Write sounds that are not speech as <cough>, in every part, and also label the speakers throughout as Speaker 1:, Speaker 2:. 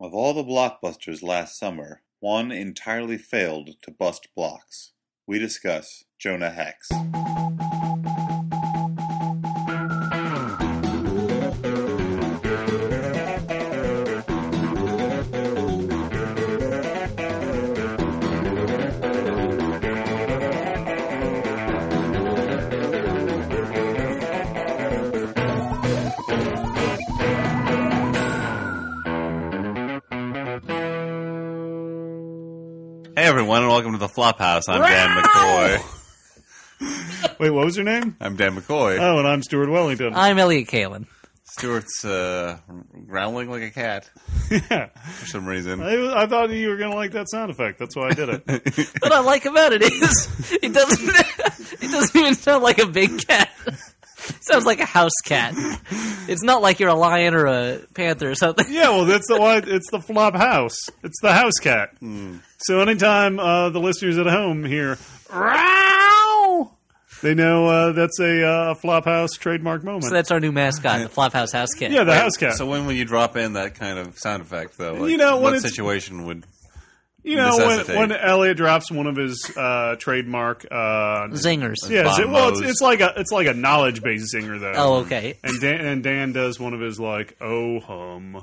Speaker 1: Of all the blockbusters last summer, one entirely failed to bust blocks. We discuss Jonah Hex. Hey everyone, and welcome to the Flophouse. I'm Dan McCoy.
Speaker 2: Wait, what was your name?
Speaker 1: I'm Dan McCoy.
Speaker 2: Oh, and I'm Stuart Wellington.
Speaker 3: I'm Elliot Kalin.
Speaker 1: Stuart's uh, growling like a cat
Speaker 2: <laughs> yeah.
Speaker 1: for some reason.
Speaker 2: I, I thought you were going to like that sound effect. That's why I
Speaker 3: <laughs>
Speaker 2: did it.
Speaker 3: What I like about it is it doesn't it doesn't <laughs> even sound like a big cat. It sounds like a house cat. It's not like you're a lion or a panther or something. <laughs>
Speaker 2: yeah, well, that's the why it's the flop house. It's the house cat.
Speaker 3: Hmm.
Speaker 2: So anytime uh, the listeners at home hear "row," they know uh, that's a uh, flop house trademark moment.
Speaker 3: So that's our new mascot, the Flophouse House Cat.
Speaker 2: yeah, the house cat.
Speaker 1: So when will you drop in that kind of sound effect, though? Like,
Speaker 2: You know, when
Speaker 1: what
Speaker 2: it's-
Speaker 1: situation would
Speaker 2: you know, when,
Speaker 1: necessitate.
Speaker 2: when Elliot drops one of his uh, trademark, uh,
Speaker 3: Zingers.
Speaker 2: yeah,
Speaker 1: Bon
Speaker 2: zi- well, it's,
Speaker 1: mots.
Speaker 2: it's like a it's like a knowledge based zinger though.
Speaker 3: Oh, okay.
Speaker 2: And Dan, and Dan does one of his like oh hum.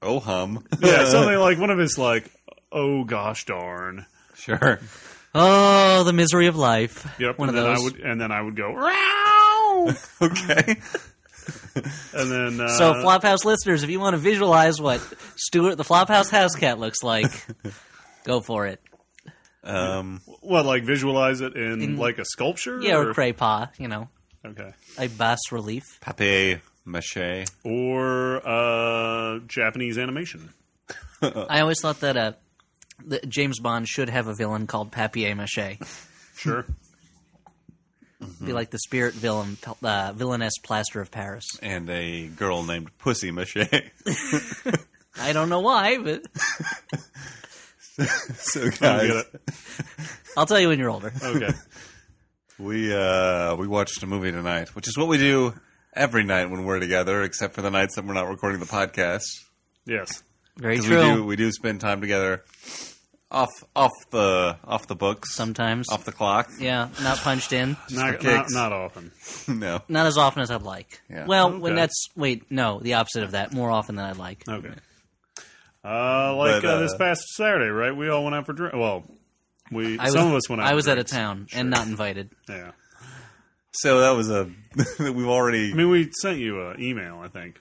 Speaker 1: oh hum?
Speaker 2: Yeah, something like one of his like, oh gosh darn.
Speaker 1: <laughs> sure.
Speaker 3: Oh, the misery of life.
Speaker 2: Yep.
Speaker 3: One
Speaker 2: and
Speaker 3: of
Speaker 2: then
Speaker 3: those.
Speaker 2: I would and then I would go Row!
Speaker 1: Okay.
Speaker 2: and then uh,
Speaker 3: so, Flophouse listeners, if you want to visualize what Stuart, the Flophouse House Cat, looks like,
Speaker 2: <laughs>
Speaker 3: go for it.
Speaker 1: Um,
Speaker 2: what like visualize it in, like a sculpture?
Speaker 3: Yeah, or crepa, you know,
Speaker 2: Okay.
Speaker 3: a bas relief.
Speaker 1: papier mache.
Speaker 2: Or uh, Japanese animation.
Speaker 3: I always thought that uh, that James Bond should have a villain called Papier Mache.
Speaker 1: <laughs>
Speaker 2: Sure.
Speaker 3: Be like the spirit villain, uh, villainess plaster of Paris.
Speaker 1: and a girl named Pussy Mache. <laughs>
Speaker 3: I don't know why, but
Speaker 1: so
Speaker 2: I get
Speaker 1: guys,
Speaker 2: it.
Speaker 3: I'll tell you when you're older.
Speaker 2: Okay.
Speaker 1: we uh, we watched a movie tonight, which is what we do every night when we're together, except for the nights that we're not recording the podcast.
Speaker 2: yes.
Speaker 3: Very
Speaker 1: 'Cause
Speaker 3: true.
Speaker 1: We do we do spend time together off off the off the books,
Speaker 3: Sometimes,
Speaker 1: off the clock.
Speaker 3: yeah, not punched
Speaker 2: <laughs>
Speaker 3: in,
Speaker 2: Not,
Speaker 1: for
Speaker 2: not
Speaker 1: kicks.
Speaker 2: not often.
Speaker 1: <laughs> no,
Speaker 3: not as often as I'd like.
Speaker 1: Yeah.
Speaker 3: Well, when
Speaker 2: Okay.
Speaker 3: that's wait, no, the opposite of that. More often than I'd like.
Speaker 2: Okay. Uh, like
Speaker 1: But,
Speaker 2: uh, this
Speaker 1: uh,
Speaker 2: past Saturday, right? We all went out for drink. Well, we
Speaker 3: I was,
Speaker 2: some of us went out.
Speaker 3: I
Speaker 2: for
Speaker 3: was out of
Speaker 2: drinks.
Speaker 3: town and not invited.
Speaker 2: Yeah.
Speaker 1: so that was a <laughs> we've already
Speaker 2: I mean, we sent you an email, I think.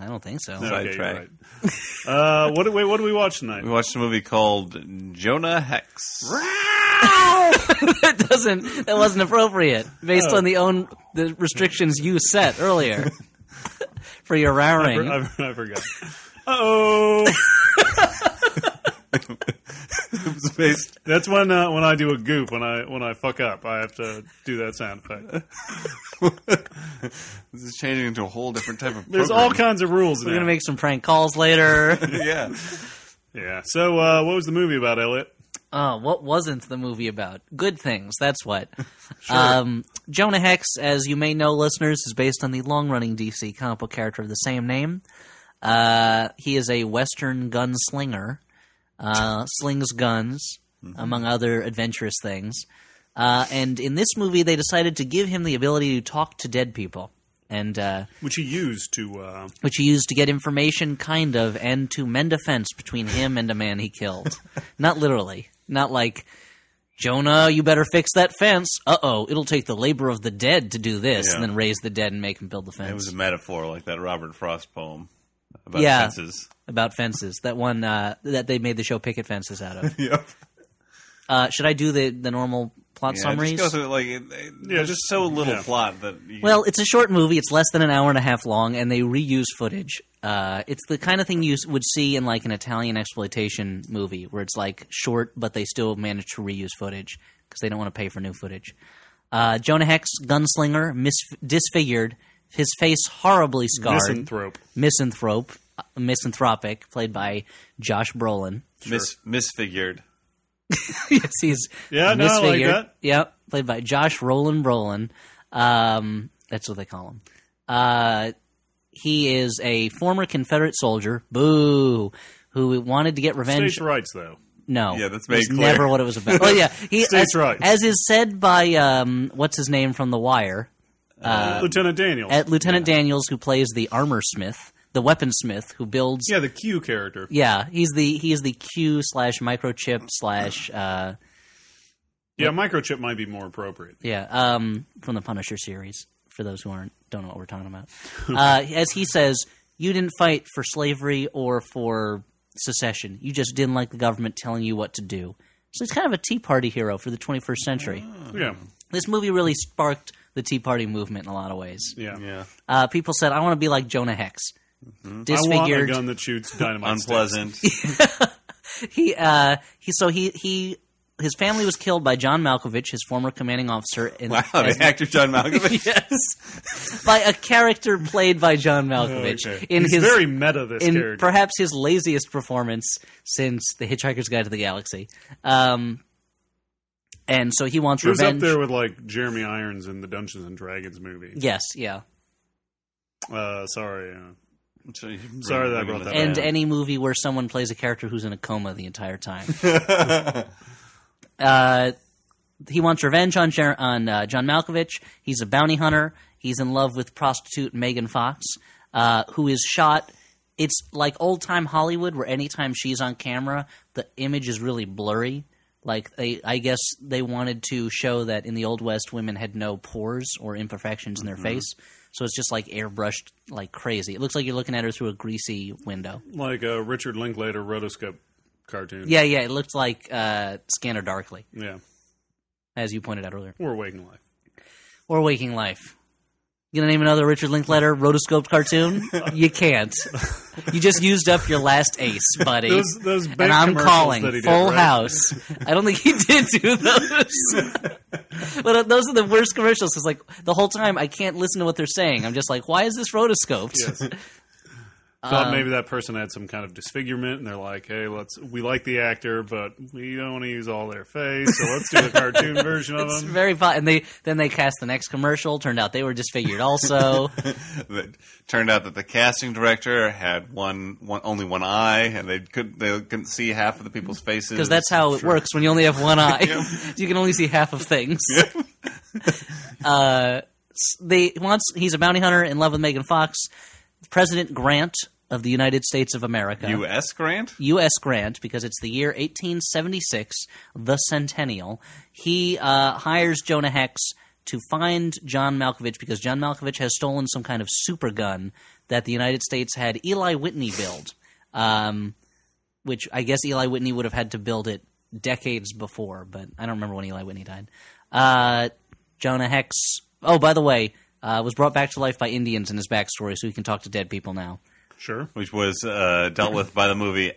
Speaker 3: I don't think so.
Speaker 2: No, okay, you're
Speaker 1: Sidetrack.
Speaker 2: right. uh, what, wait, what do we watch tonight?
Speaker 1: we watched a movie called Jonah Hex. <laughs>
Speaker 3: <laughs> that doesn't. That wasn't appropriate based on the own the restrictions you set earlier for your rowing.
Speaker 2: I, I forgot. Uh oh.
Speaker 1: It was based
Speaker 2: That's when uh, when I do a goop when I when I fuck up. I have to do that sound effect.
Speaker 1: this is changing into a whole different type <laughs> of.
Speaker 2: There's all
Speaker 1: program.
Speaker 2: kinds of rules.
Speaker 3: We're
Speaker 2: now.
Speaker 3: gonna make some prank calls later.
Speaker 1: <laughs> yeah.
Speaker 2: yeah. So uh, what was the movie about, Elliot?
Speaker 3: Oh, what wasn't the movie about? Good things, that's what. um, Jonah Hex, as you may know, listeners, is based on the long running DC comic book character of the same name. Uh, he is a Western gunslinger, uh, slings guns, among other adventurous things. Uh, and in this movie, they decided to give him the ability to talk to dead people. And uh,
Speaker 2: Which he used to. Uh,
Speaker 3: which he used to get information, kind of, and to mend a fence between him and a man he
Speaker 1: <laughs>
Speaker 3: killed. Not literally. Not like, Jonah, you better fix that fence. Uh oh, it'll take the labor of the dead to do this,
Speaker 1: Yeah.
Speaker 3: and then raise the dead and make him build the fence.
Speaker 1: It was a metaphor, like that Robert Frost poem about
Speaker 3: Yeah.
Speaker 1: <laughs> fences.
Speaker 3: About fences. That one uh, that they made the show Picket Fences out
Speaker 1: <laughs>
Speaker 3: of.
Speaker 1: Yep.
Speaker 3: uh, should I do the, the normal plot
Speaker 1: Yeah,
Speaker 3: summaries?
Speaker 1: just go through it, like it, it- there's just
Speaker 2: just-
Speaker 1: so little
Speaker 2: yeah.
Speaker 1: plot that you,
Speaker 3: Well, it's a short movie. It's less than an hour and a half long, and they reuse footage. Uh, it's the kind of thing you s- would see in like an Italian exploitation movie, where it's like short, but they still manage to reuse footage because they don't want to pay for new footage. Uh, Jonah Hex, gunslinger, mis- disfigured, his face horribly scarred,
Speaker 2: misanthrope.
Speaker 3: misanthrope, uh, misanthropic, played by Josh Brolin.
Speaker 1: mis- misfigured.
Speaker 3: <laughs> yes, he's
Speaker 2: Yeah, no, I like
Speaker 3: misfigured.
Speaker 2: that.
Speaker 3: Yep, played by Josh Roland Brolin. Um, that's what they call him. Uh, he is a former Confederate soldier, boo, who wanted to get revenge.
Speaker 2: States' rights, though.
Speaker 3: No,
Speaker 1: Yeah, that's made
Speaker 3: It's
Speaker 1: clear.
Speaker 3: never what it was about. oh
Speaker 2: <laughs>
Speaker 3: yeah, he,
Speaker 2: States'
Speaker 3: as,
Speaker 2: rights.
Speaker 3: as is said by um, what's his name from The Wire,
Speaker 2: Lieutenant Daniel.
Speaker 3: Uh, at Lieutenant Daniels, who plays the armor smith, the weapon smith, who builds.
Speaker 4: Yeah, the Q character.
Speaker 3: Yeah, he's the he's the Q slash microchip slash uh,
Speaker 2: yeah, microchip might be more appropriate.
Speaker 3: yeah um, from the Punisher series. For those who aren't don't know what we're talking about, <laughs> uh, as he says, you didn't fight for slavery or for secession. You just didn't like the government telling you what to do. So he's kind of a Tea Party hero for the 21st century.
Speaker 2: Yeah,
Speaker 3: This movie really sparked the Tea Party movement in a lot of ways.
Speaker 2: yeah.
Speaker 1: Yeah.
Speaker 3: Uh, people said, "I want to be like Jonah Hex."
Speaker 2: I want a
Speaker 3: Disfigured,
Speaker 2: gun that shoots dynamite.
Speaker 1: <laughs> Unpleasant.
Speaker 3: <laughs> he uh he so he he his family was killed by John Malkovich, his former commanding officer, in,
Speaker 1: Wow,
Speaker 3: as-
Speaker 1: the
Speaker 3: <laughs>
Speaker 1: actor John Malkovich.
Speaker 3: by a character played by John Malkovich
Speaker 2: Oh, Okay.
Speaker 3: in
Speaker 2: He's
Speaker 3: his
Speaker 2: very meta. This
Speaker 3: in
Speaker 2: character.
Speaker 3: perhaps his laziest performance since The Hitchhiker's Guide to the Galaxy. Um, and so he wants
Speaker 2: He was
Speaker 3: revenge.
Speaker 2: up there with like Jeremy Irons in the Dungeons and Dragons movie.
Speaker 3: Yes, yeah,
Speaker 2: Uh, sorry, uh,
Speaker 1: Sorry
Speaker 2: Sorry that I brought that
Speaker 3: and any movie where someone plays a character who's in a coma the entire time. uh, he wants revenge on Jer- on uh, John Malkovich. He's a bounty hunter. He's in love with prostitute Megan Fox, uh, who is shot. It's like old time Hollywood, where anytime she's on camera, the image is really blurry. Like they, I guess they wanted to show that in the old west, women had no pores or imperfections in their face, so it's just like airbrushed like crazy. It looks like you're looking at her through a greasy window.
Speaker 2: like a Richard Linklater rotoscope cartoon.
Speaker 3: Yeah, yeah, it looked like uh, Scanner Darkly,
Speaker 2: yeah,
Speaker 3: as you pointed out earlier.
Speaker 2: or Waking Life.
Speaker 3: or Waking Life. You gonna name another Richard Linklater rotoscoped
Speaker 2: <laughs>
Speaker 3: cartoon? you can't. You just used up your last
Speaker 2: <laughs>
Speaker 3: ace, buddy.
Speaker 2: Those those bank
Speaker 3: and I'm
Speaker 2: commercials
Speaker 3: calling
Speaker 2: that he did,
Speaker 3: Full
Speaker 2: right?
Speaker 3: House. I don't think he <laughs> did do those,
Speaker 2: <laughs>
Speaker 3: but uh, those are the worst commercials. Because like the whole time, I can't listen to what they're saying. I'm just like, why is this rotoscoped?
Speaker 2: Yes. Thought
Speaker 3: Um,
Speaker 2: maybe that person had some kind of disfigurement, and they're like, "Hey, let's we like the actor, but we don't want to use all their face, so let's do a
Speaker 3: <laughs>
Speaker 2: cartoon version of
Speaker 3: <laughs> It's
Speaker 2: them."
Speaker 3: very fun. And they then they cast the next commercial. Turned out they were disfigured
Speaker 2: <laughs>
Speaker 3: also.
Speaker 1: It turned out <laughs> that the casting director had one, one only one eye, and they could they couldn't see half of the people's faces
Speaker 3: because Mm-hmm. that's how it works when you only have one eye. <laughs> you can only see half of things. uh, <laughs> s- they once he's a bounty hunter in love with Megan Fox, President Grant of the United States of America.
Speaker 1: U.S. Grant.
Speaker 3: U.S. Grant, because it's the year 1876, the centennial. He uh, hires Jonah Hex to find John Malkovich because John Malkovich has stolen some kind of super gun that the United States had Eli Whitney build, um, which I guess Eli Whitney would have had to build it decades before, but I don't remember when Eli Whitney died. Uh, Jonah Hex, oh, by the way, uh, was brought back to life by Indians in his backstory, so he can talk to dead people now.
Speaker 2: Sure.
Speaker 1: which was uh, dealt with by the movie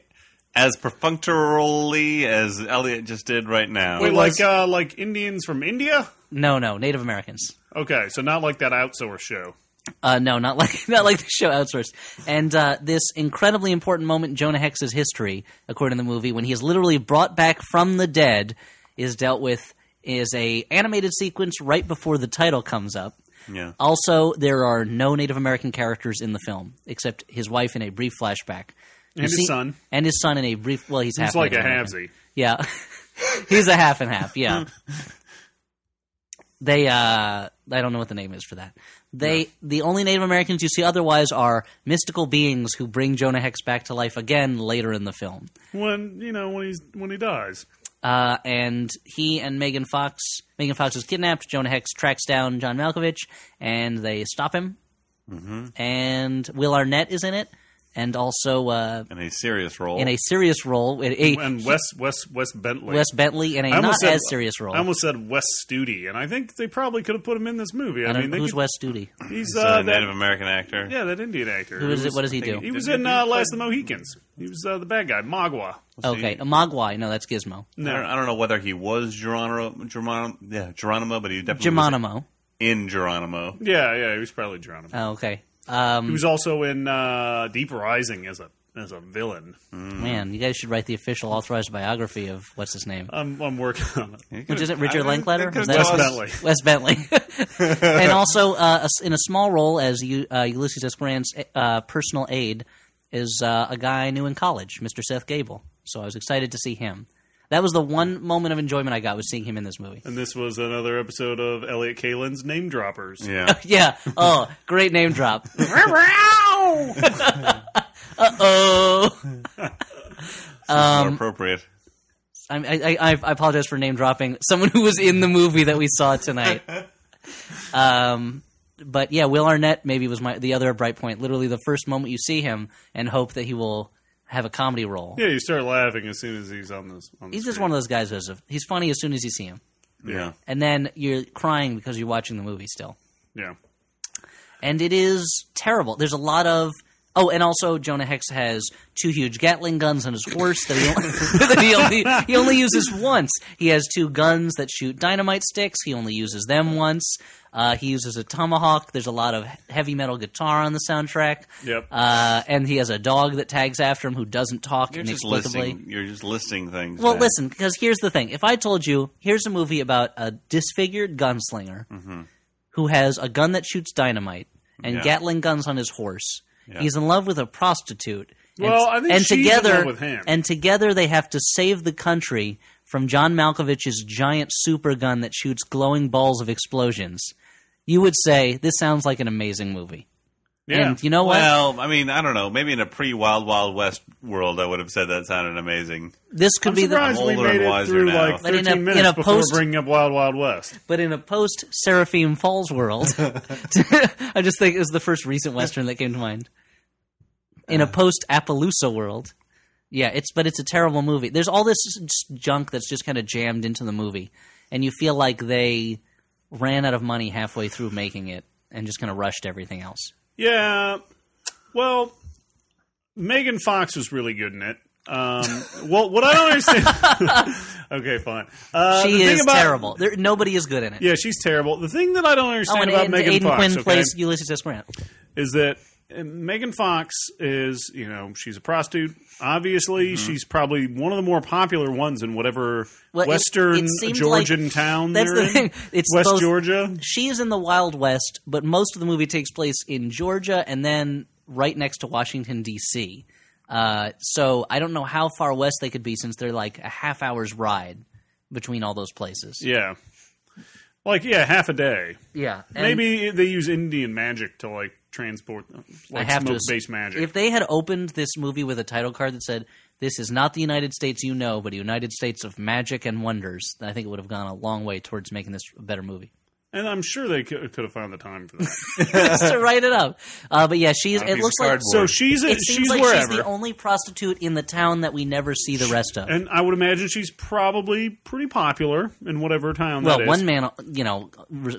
Speaker 1: as perfunctorily as Elliot just did right now.
Speaker 2: Wait,
Speaker 3: was-
Speaker 2: like uh, like Indians from India?
Speaker 3: No, no, Native Americans.
Speaker 2: Okay, so not like that outsource show.
Speaker 3: Uh, no, not <laughs> like not like the show outsourced. And uh, this incredibly important moment in Jonah Hex's history, according to the movie, when he is literally brought back from the dead, is dealt with is a animated sequence right before the title comes up.
Speaker 1: yeah.
Speaker 3: Also, there are no Native American characters in the film except his wife in a brief flashback, You
Speaker 2: his son.
Speaker 3: and his son in a brief. Well, he's half
Speaker 2: It's like a
Speaker 3: Native American.
Speaker 2: halvesy.
Speaker 3: Yeah. <laughs> He's a half and half,
Speaker 2: <laughs>
Speaker 3: yeah. they uh I don't know what the name is for that. They the only Native Americans you see otherwise are mystical beings who bring Jonah Hex back to life again later in the film.
Speaker 2: When you know when he's when he dies.
Speaker 3: Uh, and he and Megan Fox Megan Fox is kidnapped, Jonah Hex tracks down John Malkovich and they stop him. Mm-hmm. And Will Arnett is in it and also uh,
Speaker 1: In a serious role.
Speaker 2: Oh.
Speaker 3: in a serious role, in a,
Speaker 2: And Wes Wes Wes Bentley.
Speaker 3: Wes Bentley in a
Speaker 2: I
Speaker 3: not
Speaker 2: almost said-
Speaker 3: as serious role.
Speaker 2: I almost said Wes Studi, and I think they probably could have put him in this movie. I,
Speaker 3: I don't-
Speaker 2: mean, they
Speaker 3: who's
Speaker 2: could-
Speaker 3: Wes Studi?
Speaker 2: He's
Speaker 1: He's
Speaker 2: uh,
Speaker 1: a
Speaker 2: that-
Speaker 1: Native American actor.
Speaker 2: yeah, that Indian actor.
Speaker 3: Who is
Speaker 2: He
Speaker 3: it? What does he
Speaker 1: thinking-
Speaker 3: do?
Speaker 2: He was in uh, Last of the Mohicans. He was uh, the bad guy, Magua.
Speaker 3: Okay,
Speaker 1: See?
Speaker 3: Mogwai. No, that's Gizmo.
Speaker 1: I, don't,
Speaker 2: No,
Speaker 1: I don't know whether he was Geronimo, Geronimo, yeah, Geronimo, but he definitely
Speaker 3: Geronimo.
Speaker 1: was in Geronimo.
Speaker 2: yeah, yeah, he was probably Geronimo.
Speaker 3: Oh, okay.
Speaker 2: He
Speaker 3: Um,
Speaker 2: was also in uh, Deep Rising as a as a villain.
Speaker 3: Hmm. man, you guys should write the official authorized biography of what's his name,
Speaker 2: I'm I'm working on it.
Speaker 3: which isn't Richard
Speaker 1: I-
Speaker 3: Linklater.
Speaker 1: it could've
Speaker 3: Is that-
Speaker 1: cost-
Speaker 2: Wes Bentley.
Speaker 3: <laughs> Wes Bentley, and also uh, a s- in a small role as U, uh, Ulysses S. Grant's uh, personal aide is uh, a guy I knew in college, Mr. Seth Gable. So I was excited to see him. That was the one moment of enjoyment I got was seeing him in this movie.
Speaker 2: And this was another episode of Elliot Kalin's Name Droppers.
Speaker 1: Yeah.
Speaker 3: <laughs> Yeah. Oh, great name drop. uh oh. Um,
Speaker 1: more appropriate.
Speaker 3: I, I, I I apologize for name dropping someone who was in the movie that we saw tonight. um, but yeah, Will Arnett maybe was my the other bright point. Literally, the first moment you see him and hope that he will have a comedy role.
Speaker 2: Yeah, you start laughing as soon as he's on this. On the
Speaker 3: He's just
Speaker 2: screen.
Speaker 3: one of those guys who's a, he's funny as soon as you see him,
Speaker 1: Yeah.
Speaker 3: and then you're crying because you're watching the movie still.
Speaker 2: Yeah.
Speaker 3: and it is terrible. There's a lot of oh, and also Jonah Hex has two huge Gatling guns on his horse that he only, <laughs> that he only he only uses once. He has two guns that shoot dynamite sticks. He only uses them once. Uh, he uses a tomahawk. There's a lot of heavy metal guitar on the soundtrack.
Speaker 2: Yep.
Speaker 3: Uh, and he has a dog that tags after him who doesn't talk
Speaker 1: You're just
Speaker 3: inexplicably.
Speaker 1: listing. You're just listing things.
Speaker 3: Well,
Speaker 1: that-
Speaker 3: listen, because here's the thing. If I told you, here's a movie about a disfigured gunslinger
Speaker 2: Mm-hmm.
Speaker 3: who has a gun that shoots dynamite and
Speaker 1: Yeah.
Speaker 3: Gatling guns on his horse. He's in love with a prostitute. and-
Speaker 2: Well, I think
Speaker 3: and
Speaker 2: she's in
Speaker 3: together,
Speaker 2: love with him.
Speaker 3: And together they have to save the country from John Malkovich's giant super gun that shoots glowing balls of explosions. You would say, this sounds like an amazing movie.
Speaker 2: Yeah.
Speaker 3: And you know what?
Speaker 1: Well, I mean, I don't know. Maybe in a pre Wild Wild West world, I would have said that sounded amazing.
Speaker 3: this could
Speaker 2: I'm
Speaker 3: be the
Speaker 2: surprised we
Speaker 1: older
Speaker 2: made
Speaker 1: and
Speaker 2: it
Speaker 1: wiser
Speaker 2: through
Speaker 1: now.
Speaker 2: like
Speaker 3: But in
Speaker 2: 13
Speaker 3: a-
Speaker 2: minutes
Speaker 3: in a
Speaker 2: before
Speaker 3: post-
Speaker 2: bringing up Wild Wild West.
Speaker 3: But in a post Seraphim Falls
Speaker 2: <laughs>
Speaker 3: world, <laughs> I just think it was the first recent Western that came to mind. In
Speaker 2: Uh.
Speaker 3: a post Appaloosa world, yeah, it's but it's a terrible movie. There's all this s- junk that's just kind of jammed into the movie, and you feel like they ran out of money halfway through making it and just kind of rushed everything else.
Speaker 2: Yeah. Well, Megan Fox was really good in it. Um,
Speaker 3: <laughs>
Speaker 2: well, what I don't understand. <laughs> okay, fine. Uh, the
Speaker 3: she
Speaker 2: thing
Speaker 3: is
Speaker 2: about-
Speaker 3: terrible. There, nobody is good in it.
Speaker 2: Yeah, she's terrible. The thing that I don't
Speaker 3: oh,
Speaker 2: understand
Speaker 3: and,
Speaker 2: about
Speaker 3: and
Speaker 2: Megan
Speaker 3: Aidan
Speaker 2: Fox
Speaker 3: Quinn
Speaker 2: okay,
Speaker 3: plays Ulysses S. Grant.
Speaker 2: is that uh, Megan Fox is, you know, she's a prostitute. Obviously, she's probably one of the more popular ones in whatever
Speaker 3: Mm-hmm. Well, it-
Speaker 2: Western
Speaker 3: it seemed
Speaker 2: Georgian
Speaker 3: like-
Speaker 2: town
Speaker 3: That's
Speaker 2: they're
Speaker 3: the
Speaker 2: in.
Speaker 3: thing. It's
Speaker 2: West
Speaker 3: both-
Speaker 2: Georgia.
Speaker 3: she is in the Wild West, but most of the movie takes place in Georgia and then right next to Washington D.C. Uh, so I don't know how far west they could be since they're like a half hour's ride between all those places.
Speaker 2: Yeah. Like, yeah, half a day.
Speaker 3: Yeah, and
Speaker 2: Maybe they use Indian magic to like transport them, like
Speaker 3: I have to
Speaker 2: smoke
Speaker 3: ass-
Speaker 2: based magic.
Speaker 3: If they had opened this movie with a title card that said "This is not the United States you know, but a United States of magic and wonders," I think it would have gone a long way towards making this a better movie. <laughs>
Speaker 2: and I'm sure they could, could have found the time for that.
Speaker 3: Just to write it up, uh, but yeah, she's.
Speaker 1: On a
Speaker 3: It
Speaker 1: piece
Speaker 3: looks
Speaker 1: of
Speaker 3: like
Speaker 1: cardboard.
Speaker 2: so she's a,
Speaker 3: it seems
Speaker 2: she's
Speaker 3: like
Speaker 2: wherever,
Speaker 3: she's the only prostitute in the town that we never see the rest of.
Speaker 2: and I would imagine she's probably pretty popular in whatever town that
Speaker 3: Well,
Speaker 2: is.
Speaker 3: one man, you know,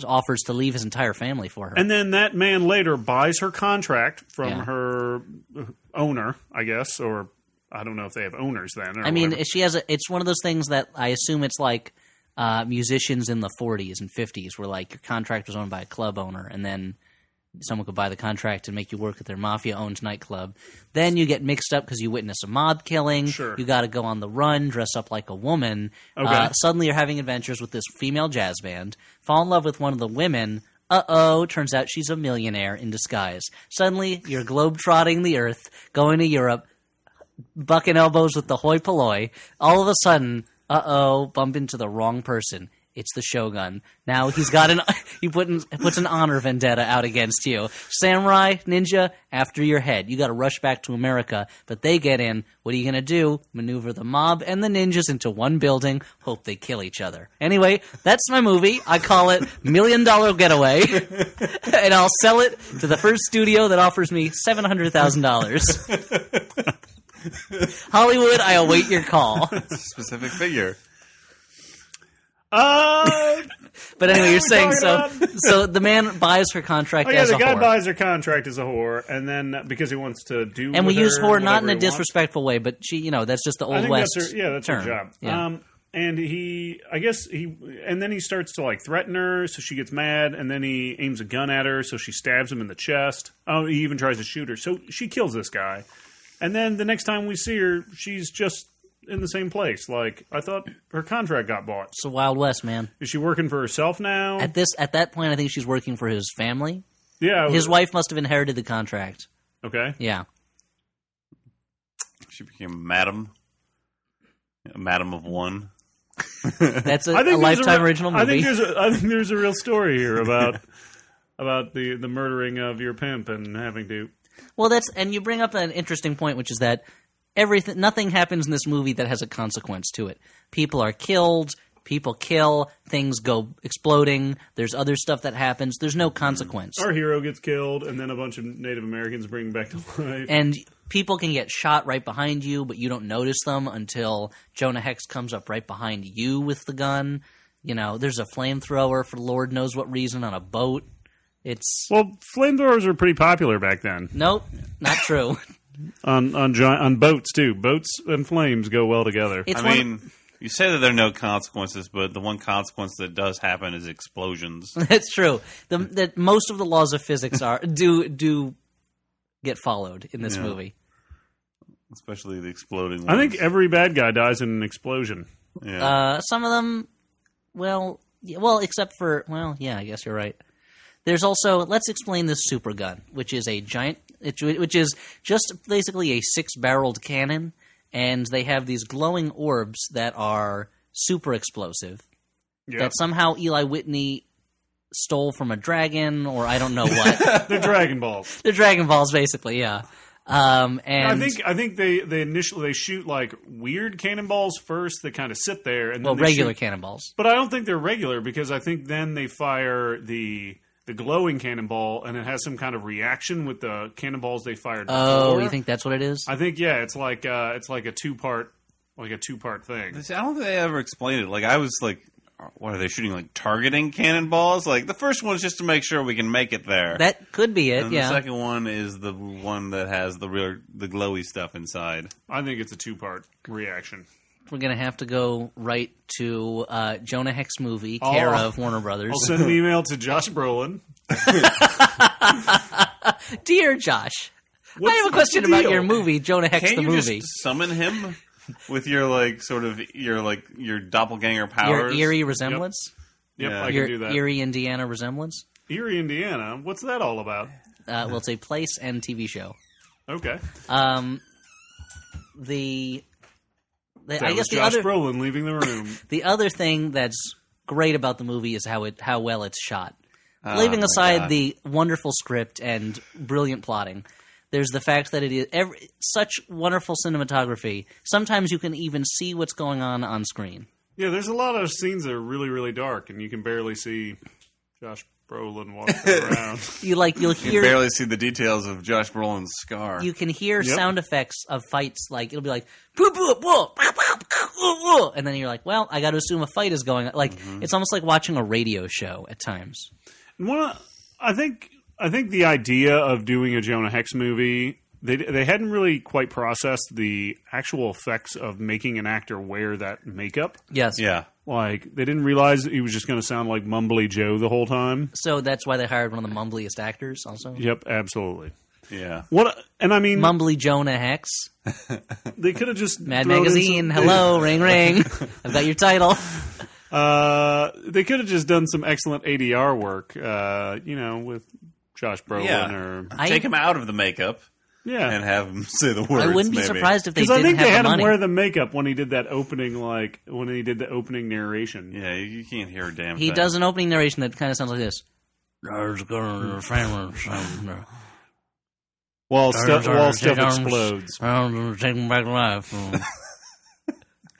Speaker 3: offers to leave his entire family for her.
Speaker 2: and then that man later buys her contract from
Speaker 3: Yeah.
Speaker 2: her uh, owner, I guess, or I don't know if they have owners then. Or
Speaker 3: I mean,
Speaker 2: whatever.
Speaker 3: she has a. It's one of those things that I assume it's like uh, musicians in the '40s and '50s, where like your contract was owned by a club owner, and then someone could buy the contract and make you work at their mafia-owned nightclub. Then you get mixed up because you witness a mob killing.
Speaker 2: Sure.
Speaker 3: You got to go on the run, dress up like a woman.
Speaker 2: Okay.
Speaker 3: Uh, suddenly, you're having adventures with this female jazz band. Fall in love with one of the women. Uh oh, turns out she's a millionaire in disguise. Suddenly, you're globetrotting the earth, going to Europe, bucking elbows with the hoi polloi. All of a sudden, uh oh, bump into the wrong person. It's the Shogun. Now he's got an <laughs> he put in, puts an honor vendetta out against you. Samurai, ninja, after your head. You got to rush back to America, but they get in. What are you going to do? Maneuver the mob and the ninjas into one building, hope they kill each other. Anyway, that's my movie. I call it Million Dollar Getaway. <laughs> and I'll sell it to the first studio that offers me <laughs> $700,000. Hollywood, I await your
Speaker 2: <laughs>
Speaker 3: call.
Speaker 1: Specific figure.
Speaker 3: <laughs>
Speaker 2: uh,
Speaker 3: But anyway, you're saying so.
Speaker 2: talking
Speaker 3: So the man buys her contract
Speaker 2: oh yeah,
Speaker 3: as
Speaker 2: the
Speaker 3: a
Speaker 2: guy
Speaker 3: whore,
Speaker 2: buys her contract as a whore, and then uh, because he wants to do
Speaker 3: and we
Speaker 2: with
Speaker 3: use
Speaker 2: her
Speaker 3: whore not
Speaker 2: whatever
Speaker 3: in a
Speaker 2: he wants.
Speaker 3: disrespectful way, but she, you know, that's just the old
Speaker 2: I think
Speaker 3: west
Speaker 2: that's her, yeah, that's
Speaker 3: term.
Speaker 2: her job.
Speaker 3: Yeah.
Speaker 2: Um, and he, I guess he, and then he starts to like threaten her, so she gets mad, and then he aims a gun at her, so she stabs him in the chest. Oh, he even tries to shoot her, so she kills this guy. And then the next time we see her, she's just in the same place. Like I thought, her contract got bought.
Speaker 3: it's the Wild West, man.
Speaker 2: Is she working for herself now?
Speaker 3: At this, at that point, I think she's working for his family.
Speaker 2: yeah,
Speaker 3: His wife must have inherited the contract.
Speaker 2: Okay,
Speaker 3: Yeah,
Speaker 1: She became Madam, Madam of One.
Speaker 3: That's a,
Speaker 2: I
Speaker 3: a
Speaker 2: think there's
Speaker 3: lifetime
Speaker 2: real-
Speaker 3: original movie.
Speaker 2: I think there's a, I think there's a real
Speaker 3: <laughs>
Speaker 2: story here about about the the murdering of your pimp and having to.
Speaker 3: Well, that's and you bring up an interesting point, which is that everything, nothing happens in this movie that has a consequence to it. People are killed. People kill. Things go exploding. There's other stuff that happens. There's no consequence,
Speaker 2: Our hero gets killed, and then a bunch of Native Americans bring him back to life.
Speaker 3: and people can get shot right behind you, but you don't notice them until Jonah Hex comes up right behind you with the gun. You know, there's a flamethrower for Lord knows what reason on a boat. It's
Speaker 2: Well, flamethrowers were pretty popular back then
Speaker 3: nope, not true.
Speaker 2: on on gi- on boats too. Boats and flames go well together.
Speaker 3: It's
Speaker 1: I
Speaker 3: one-
Speaker 1: mean, you say that there are no consequences, but the one consequence that does happen is explosions.
Speaker 3: <laughs> That's true. The, that most of the laws of physics are do do get followed in this
Speaker 1: Yeah.
Speaker 3: movie.
Speaker 1: especially the exploding. Ones.
Speaker 2: I think every bad guy dies in an explosion.
Speaker 1: yeah.
Speaker 3: Uh, some of them, well, yeah, well, except for well, yeah, I guess you're right. There's also let's explain this super gun, which is a giant, it- which is just basically a six-barreled cannon, and they have these glowing orbs that are super explosive.
Speaker 2: Yeah.
Speaker 3: That somehow Eli Whitney stole from a dragon, or I don't know what.
Speaker 2: They're Dragon Balls.
Speaker 3: They're Dragon Balls, basically, yeah. Um, <laughs> and
Speaker 2: I think I think they, they initially they shoot like weird cannonballs first that kind of sit there and then
Speaker 3: Well,
Speaker 2: they
Speaker 3: regular
Speaker 2: shoot-
Speaker 3: cannonballs.
Speaker 2: But I don't think they're regular because I think then they fire the the glowing cannonball and it has some kind of reaction with the cannonballs they fired.
Speaker 3: Oh,
Speaker 2: before.
Speaker 3: you think that's what it is?
Speaker 2: I think yeah, it's like uh, it's like a two part like a two part thing.
Speaker 1: I don't think they ever explained it. Like I was like, what are they shooting? Like targeting cannonballs? Like the first one's just to make sure we can make it there.
Speaker 3: That could be it.
Speaker 1: and
Speaker 3: yeah.
Speaker 1: the second one is the one that has the real the glowy stuff inside.
Speaker 2: I think it's a two part reaction.
Speaker 3: We're gonna have to go right to uh, Jonah Hex movie, care
Speaker 2: I'll-
Speaker 3: of Warner Brothers.
Speaker 2: Oh. I'll send an email to Josh Brolin.
Speaker 3: <laughs> Dear Josh,
Speaker 2: What's
Speaker 3: I have a
Speaker 2: the
Speaker 3: question
Speaker 2: deal?
Speaker 3: about your movie, Jonah Hex
Speaker 1: Can't
Speaker 3: the
Speaker 1: you
Speaker 3: movie.
Speaker 1: just summon him with your like sort of your like your doppelganger
Speaker 3: Your
Speaker 1: powers?
Speaker 3: eerie resemblance.
Speaker 2: Yep,
Speaker 1: Yeah.
Speaker 2: I
Speaker 3: Your
Speaker 2: can do that.
Speaker 3: eerie Indiana resemblance.
Speaker 2: Erie, Indiana. What's that all about?
Speaker 3: Uh, well, it's a place and TV show.
Speaker 2: Okay,
Speaker 3: Um, the, the
Speaker 2: that
Speaker 3: I guess
Speaker 2: was
Speaker 3: the
Speaker 2: Josh
Speaker 3: other
Speaker 2: Brolin leaving the room.
Speaker 3: the other thing that's great about the movie is how it how well it's shot.
Speaker 1: Oh,
Speaker 3: Leaving
Speaker 1: my
Speaker 3: aside
Speaker 1: God.
Speaker 3: the wonderful script and brilliant plotting, there's the fact that it is every, such wonderful cinematography. Sometimes you can even see what's going on on screen.
Speaker 2: Yeah, there's a lot of scenes that are really, really dark, and you can barely see Josh Brolin walking around.
Speaker 3: You like you'll
Speaker 1: you
Speaker 3: hear you,
Speaker 1: barely see the details of Josh Brolin's scar.
Speaker 3: can hear
Speaker 2: Yep.
Speaker 3: sound effects of fights. Like it'll be like boo boo boo, pow, pow, pow, ooh, ooh," and then you're like, well, I got to assume a fight is going. on. Like
Speaker 1: Mm-hmm.
Speaker 3: it's almost like watching a radio show at times.
Speaker 2: And one, of- I think, I think the idea of doing a Jonah Hex movie, they they hadn't really quite processed the actual effects of making an actor wear that makeup.
Speaker 3: Yes.
Speaker 1: yeah,
Speaker 2: Like they didn't realize he was just going to sound like Mumbly Joe the whole time.
Speaker 3: So that's why they hired one of the mumbliest actors. Also,
Speaker 2: Yep, absolutely.
Speaker 1: yeah.
Speaker 2: What? And I mean,
Speaker 3: mumbly Jonah Hex.
Speaker 2: they could have just
Speaker 3: Mad
Speaker 2: thrown in some-
Speaker 3: Magazine, hello, ring ring. I've got your title.
Speaker 2: <laughs> Uh, they could have just done some excellent ADR work, uh, you know, with Josh Brolin
Speaker 1: Yeah.
Speaker 2: or
Speaker 3: I-
Speaker 1: Take him out of the makeup and
Speaker 2: yeah.
Speaker 1: have him <laughs> say the words.
Speaker 3: I wouldn't be
Speaker 1: maybe.
Speaker 3: surprised if they
Speaker 2: Because
Speaker 3: didn't
Speaker 2: I think
Speaker 3: have
Speaker 2: they had
Speaker 3: the
Speaker 2: him
Speaker 3: money.
Speaker 2: wear the makeup when he did that opening, like when he did the opening narration.
Speaker 1: Yeah, you, you can't hear a damn.
Speaker 3: he
Speaker 1: thing.
Speaker 3: does an opening narration that kind of sounds like this.
Speaker 2: While stuff, while stuff explodes.
Speaker 3: I'm taking back
Speaker 2: <laughs>
Speaker 3: life.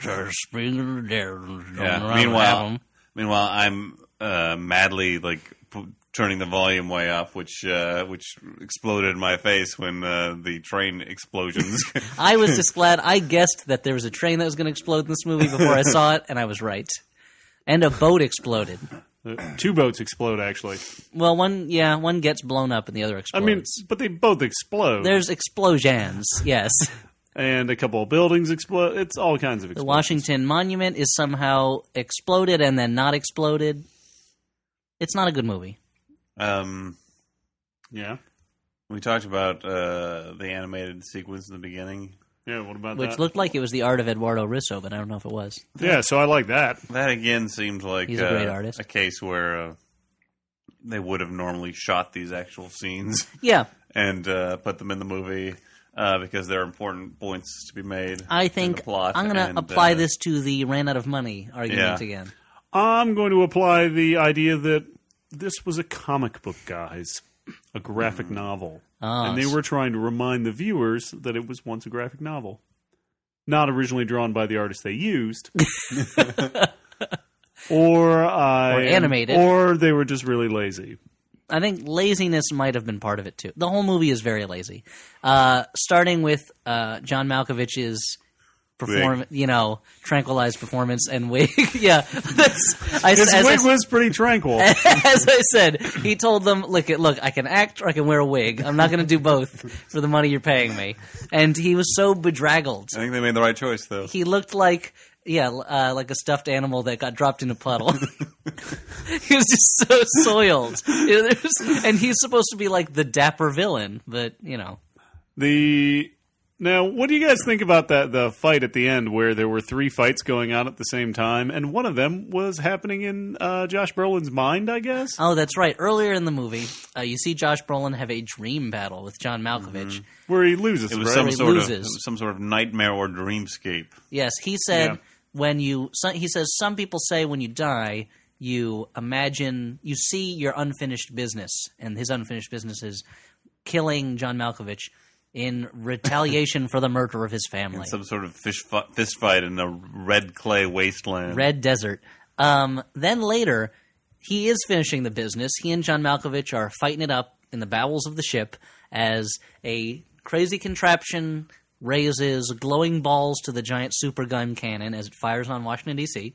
Speaker 3: Yeah.
Speaker 1: Yeah. Meanwhile, meanwhile, I'm uh, madly like p- turning the volume way up, which uh, which exploded in my face when uh, the
Speaker 3: <laughs>
Speaker 1: train explosions.
Speaker 3: I was just glad I guessed that there was a train that was going to explode in this movie before I saw it, and I was right. And a boat exploded.
Speaker 2: Uh, Two boats explode, actually.
Speaker 3: Well, one yeah, one gets blown up and the other
Speaker 2: I
Speaker 3: explodes.
Speaker 2: mean, but they both explode.
Speaker 3: there's explosions.
Speaker 1: <laughs>
Speaker 3: Yes.
Speaker 2: and a couple of buildings explode. It's all kinds of
Speaker 3: The
Speaker 2: explosions.
Speaker 3: Washington Monument is somehow exploded and then not exploded. It's not a good movie.
Speaker 1: um,
Speaker 2: Yeah.
Speaker 1: we talked about uh, the animated sequence in the beginning.
Speaker 2: Yeah, what about
Speaker 3: Which
Speaker 1: Uh,
Speaker 2: that?
Speaker 3: looked like it was the art of Eduardo Risso, but I don't know if it
Speaker 1: <laughs>
Speaker 3: was.
Speaker 2: yeah, so I like that.
Speaker 1: That again seemed like
Speaker 3: He's a great
Speaker 1: uh,
Speaker 3: artist.
Speaker 1: a case where uh, they would have normally shot these actual scenes
Speaker 3: Yeah,
Speaker 1: and uh, put them in the movie. uh, because there are important points to be made.
Speaker 3: I
Speaker 1: in
Speaker 3: think
Speaker 1: the plot
Speaker 3: I'm going
Speaker 1: and,
Speaker 3: to apply
Speaker 1: uh,
Speaker 3: this to the ran out of money argument
Speaker 1: Yeah.
Speaker 3: again.
Speaker 2: I'm going to apply the idea that this was a comic book, guys, a graphic novel.
Speaker 3: Ah,
Speaker 2: and they were trying to remind the viewers that it was once a graphic novel. Not originally drawn by the artist
Speaker 3: <laughs>
Speaker 2: they used. or, I
Speaker 3: Or animated.
Speaker 2: Or they were just really lazy.
Speaker 3: I think laziness might have been part of it too. The whole movie is very lazy, uh, starting with uh, John Malkovich's perform, you know, tranquilized performance and wig. <laughs> yeah, that's I,
Speaker 2: His
Speaker 3: as,
Speaker 2: wig
Speaker 3: I,
Speaker 2: was pretty tranquil.
Speaker 3: <laughs> as I said, he told them, "Look, it- look, I can act or I can wear a wig. I'm not going to do both for the money you're paying me." And he was so bedraggled,
Speaker 1: I think they made the right choice, though.
Speaker 3: he looked like. Yeah, uh, like a stuffed animal that got dropped in a puddle. <laughs> he was just so soiled, You know, there's- and he's supposed to be like the dapper villain, but you know,
Speaker 2: The now, what do you guys think about that? The fight at the end, where there were three fights going on at the same time, and one of them was happening in uh, Josh Brolin's mind, I guess.
Speaker 3: Oh, that's right. Earlier in the movie, uh, you see Josh Brolin have a dream battle with John Malkovich.
Speaker 2: Where he loses.
Speaker 1: It was
Speaker 2: right?
Speaker 1: some
Speaker 3: He
Speaker 1: sort of
Speaker 3: loses.
Speaker 1: some sort of nightmare or dreamscape.
Speaker 3: Yes, he said
Speaker 2: Yeah.
Speaker 3: when you so, he says some people say when you die you imagine you see your unfinished business and his unfinished business is killing John Malkovich in retaliation for the murder of his family.
Speaker 1: Some sort of fish fu- fist fight in a red clay wasteland.
Speaker 3: Red Desert. Um, then later, he is finishing the business. He and John Malkovich are fighting it up in the bowels of the ship as a crazy contraption raises glowing balls to the giant super gun cannon as it fires on Washington D.C.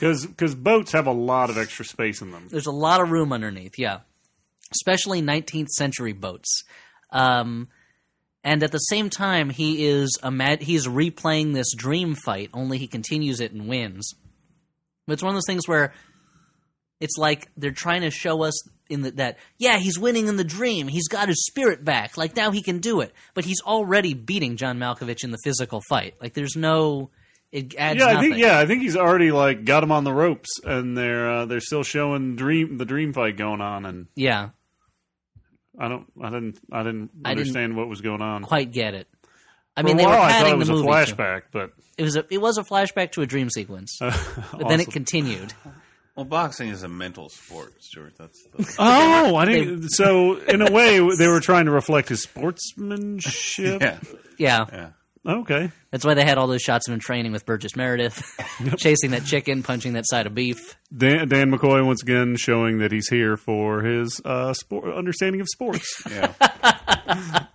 Speaker 2: because boats have a lot of extra space in them.
Speaker 3: There's a lot of room underneath, yeah, especially 19th century boats. Um, and at the same time, he is a mad- he's replaying this dream fight. Only he continues it and wins. But it's one of those things where it's like they're trying to show us in the, that yeah, he's winning in the dream. He's got his spirit back. Like now he can do it. But he's already beating John Malkovich in the physical fight. Like there's no it adds
Speaker 2: Yeah, I
Speaker 3: nothing.
Speaker 2: think yeah, I think he's already like got him on the ropes, and they're uh, they're still showing dream the dream fight going on, and
Speaker 3: yeah,
Speaker 2: I don't I didn't I didn't
Speaker 3: I didn't-
Speaker 2: understand what was going on.
Speaker 3: quite get it. I
Speaker 2: For
Speaker 3: mean,
Speaker 2: a
Speaker 3: they were
Speaker 2: while, I
Speaker 3: padding
Speaker 2: thought it was
Speaker 3: the
Speaker 2: a
Speaker 3: movie. too.
Speaker 2: flashback, but
Speaker 3: It was a it was a flashback to a dream
Speaker 1: <laughs>
Speaker 3: sequence, but then it continued.
Speaker 1: Well, boxing is a mental sport, Stuart. That's <laughs> the,
Speaker 2: Oh, I didn't. <laughs> so in a way, they were trying to reflect his <laughs> sportsmanship. Oh,
Speaker 1: yeah,
Speaker 3: Yeah,
Speaker 1: yeah.
Speaker 2: Okay.
Speaker 3: that's why they had all those shots of him training with Burgess
Speaker 1: <laughs>
Speaker 3: Meredith, <laughs> chasing that chicken, punching that side of beef.
Speaker 2: Dan, Dan McCoy once again showing that he's here for his uh, sport, understanding of <laughs> sports.
Speaker 1: Yeah. I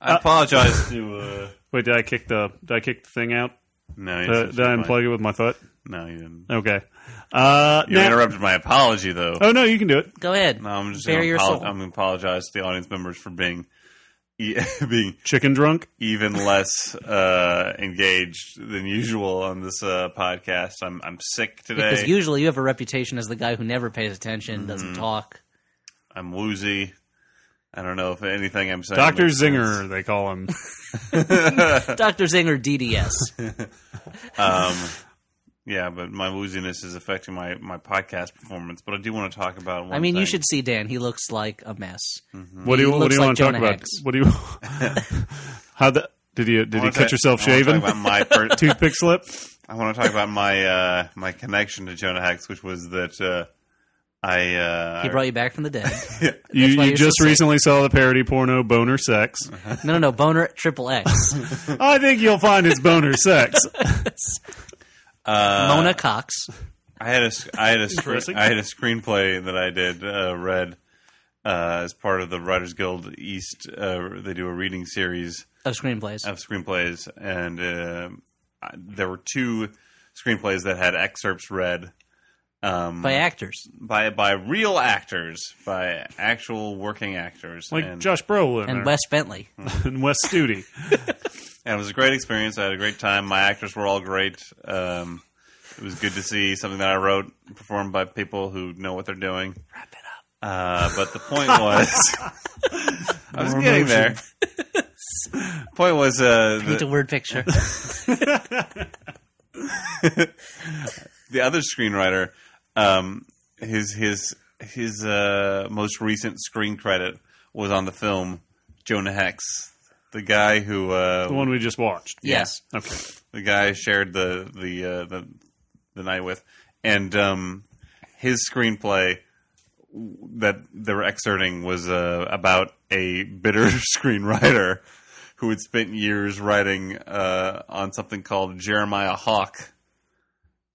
Speaker 1: apologize to. Uh,
Speaker 2: Wait, did I kick the did I kick the thing out?
Speaker 1: <laughs> no, you
Speaker 2: Uh,
Speaker 1: said
Speaker 2: did I
Speaker 1: fine.
Speaker 2: unplug it with my foot?
Speaker 1: No, you didn't.
Speaker 2: Okay. Uh,
Speaker 1: You
Speaker 2: now-
Speaker 1: interrupted my apology, though.
Speaker 2: oh no, you can do it.
Speaker 3: Go ahead,
Speaker 1: No, I'm just
Speaker 3: bare
Speaker 1: going
Speaker 3: your
Speaker 1: to
Speaker 3: soul.
Speaker 1: I'm gonna apologize to the audience members for being <laughs> e- being
Speaker 2: Chicken drunk.
Speaker 1: even less uh, engaged than usual on this uh, podcast. I'm I'm sick
Speaker 3: because
Speaker 1: today.
Speaker 3: usually you have a reputation as the guy who never pays attention, doesn't
Speaker 1: Mm-hmm. <laughs>
Speaker 3: talk.
Speaker 1: I'm woozy. I don't know if anything I'm saying.
Speaker 2: Doctor
Speaker 1: makes
Speaker 2: Zinger,
Speaker 1: sense.
Speaker 2: they call him.
Speaker 3: Doctor Zinger
Speaker 1: <laughs>
Speaker 3: DDS.
Speaker 1: Um, yeah, but my wooziness is affecting my, my podcast performance. But I do want to talk about. One
Speaker 3: I mean, you
Speaker 1: thing.
Speaker 3: should see Dan. He looks like a mess.
Speaker 2: What do you What
Speaker 3: looks
Speaker 2: do you
Speaker 3: like
Speaker 2: want to talk
Speaker 3: Jonah
Speaker 2: about?
Speaker 3: Hex.
Speaker 2: What do you? <laughs> How the did you
Speaker 1: I
Speaker 2: did you
Speaker 1: wanna
Speaker 2: cut
Speaker 1: ta-
Speaker 2: yourself
Speaker 1: I wanna
Speaker 2: shaving? <laughs>
Speaker 1: Talk about my per-
Speaker 2: Toothpick slip.
Speaker 1: I want to talk about my uh, my connection to Jonah Hex, which was that uh, I uh,
Speaker 3: He brought you back from the
Speaker 1: <laughs>
Speaker 3: dead.
Speaker 2: You,
Speaker 3: why
Speaker 2: you
Speaker 3: you're so
Speaker 2: just
Speaker 3: sick. Uh-huh.
Speaker 2: recently saw the parody porno boner sex.
Speaker 3: No, no, no. Boner triple
Speaker 1: <laughs>
Speaker 3: X.
Speaker 2: I think you'll find it's
Speaker 3: <laughs>
Speaker 2: boner sex.
Speaker 1: uh,
Speaker 3: Mona Cox.
Speaker 1: I had a s- I had a scre-
Speaker 2: Interesting.
Speaker 1: I had a screenplay that I did uh, read uh, as part of the Writers Guild East. Uh, they do a reading series
Speaker 3: Of
Speaker 1: <laughs>
Speaker 3: screenplays.
Speaker 1: of screenplays, and uh, I- there were two screenplays that had excerpts read um,
Speaker 3: by actors.
Speaker 1: by by real actors, by actual working actors,
Speaker 2: Like
Speaker 1: and,
Speaker 2: Josh Brolin
Speaker 3: And
Speaker 2: or-
Speaker 3: Wes Bentley.
Speaker 2: and <laughs> Wes Studi.
Speaker 1: and it was a great experience. I had a great time. My actors were all great. Um, it was good to see something that I wrote performed by people who know what they're doing.
Speaker 3: Wrap it up.
Speaker 1: Uh, but the point was, I was <laughs> getting there. <laughs> point was, uh,
Speaker 3: Paint a
Speaker 1: the,
Speaker 3: word
Speaker 1: <laughs>
Speaker 3: picture.
Speaker 1: the other screenwriter, um, his his his uh, most recent screen credit was on the film Jonah Hex, the guy who uh,
Speaker 2: The one we just watched.
Speaker 3: Yeah.
Speaker 1: Yes.
Speaker 2: Okay.
Speaker 1: the guy I shared the the uh, the the night with, and um, his screenplay that they were excerpting was uh, about a bitter <laughs> screenwriter who had spent years writing uh, on something called Jeremiah Hawk,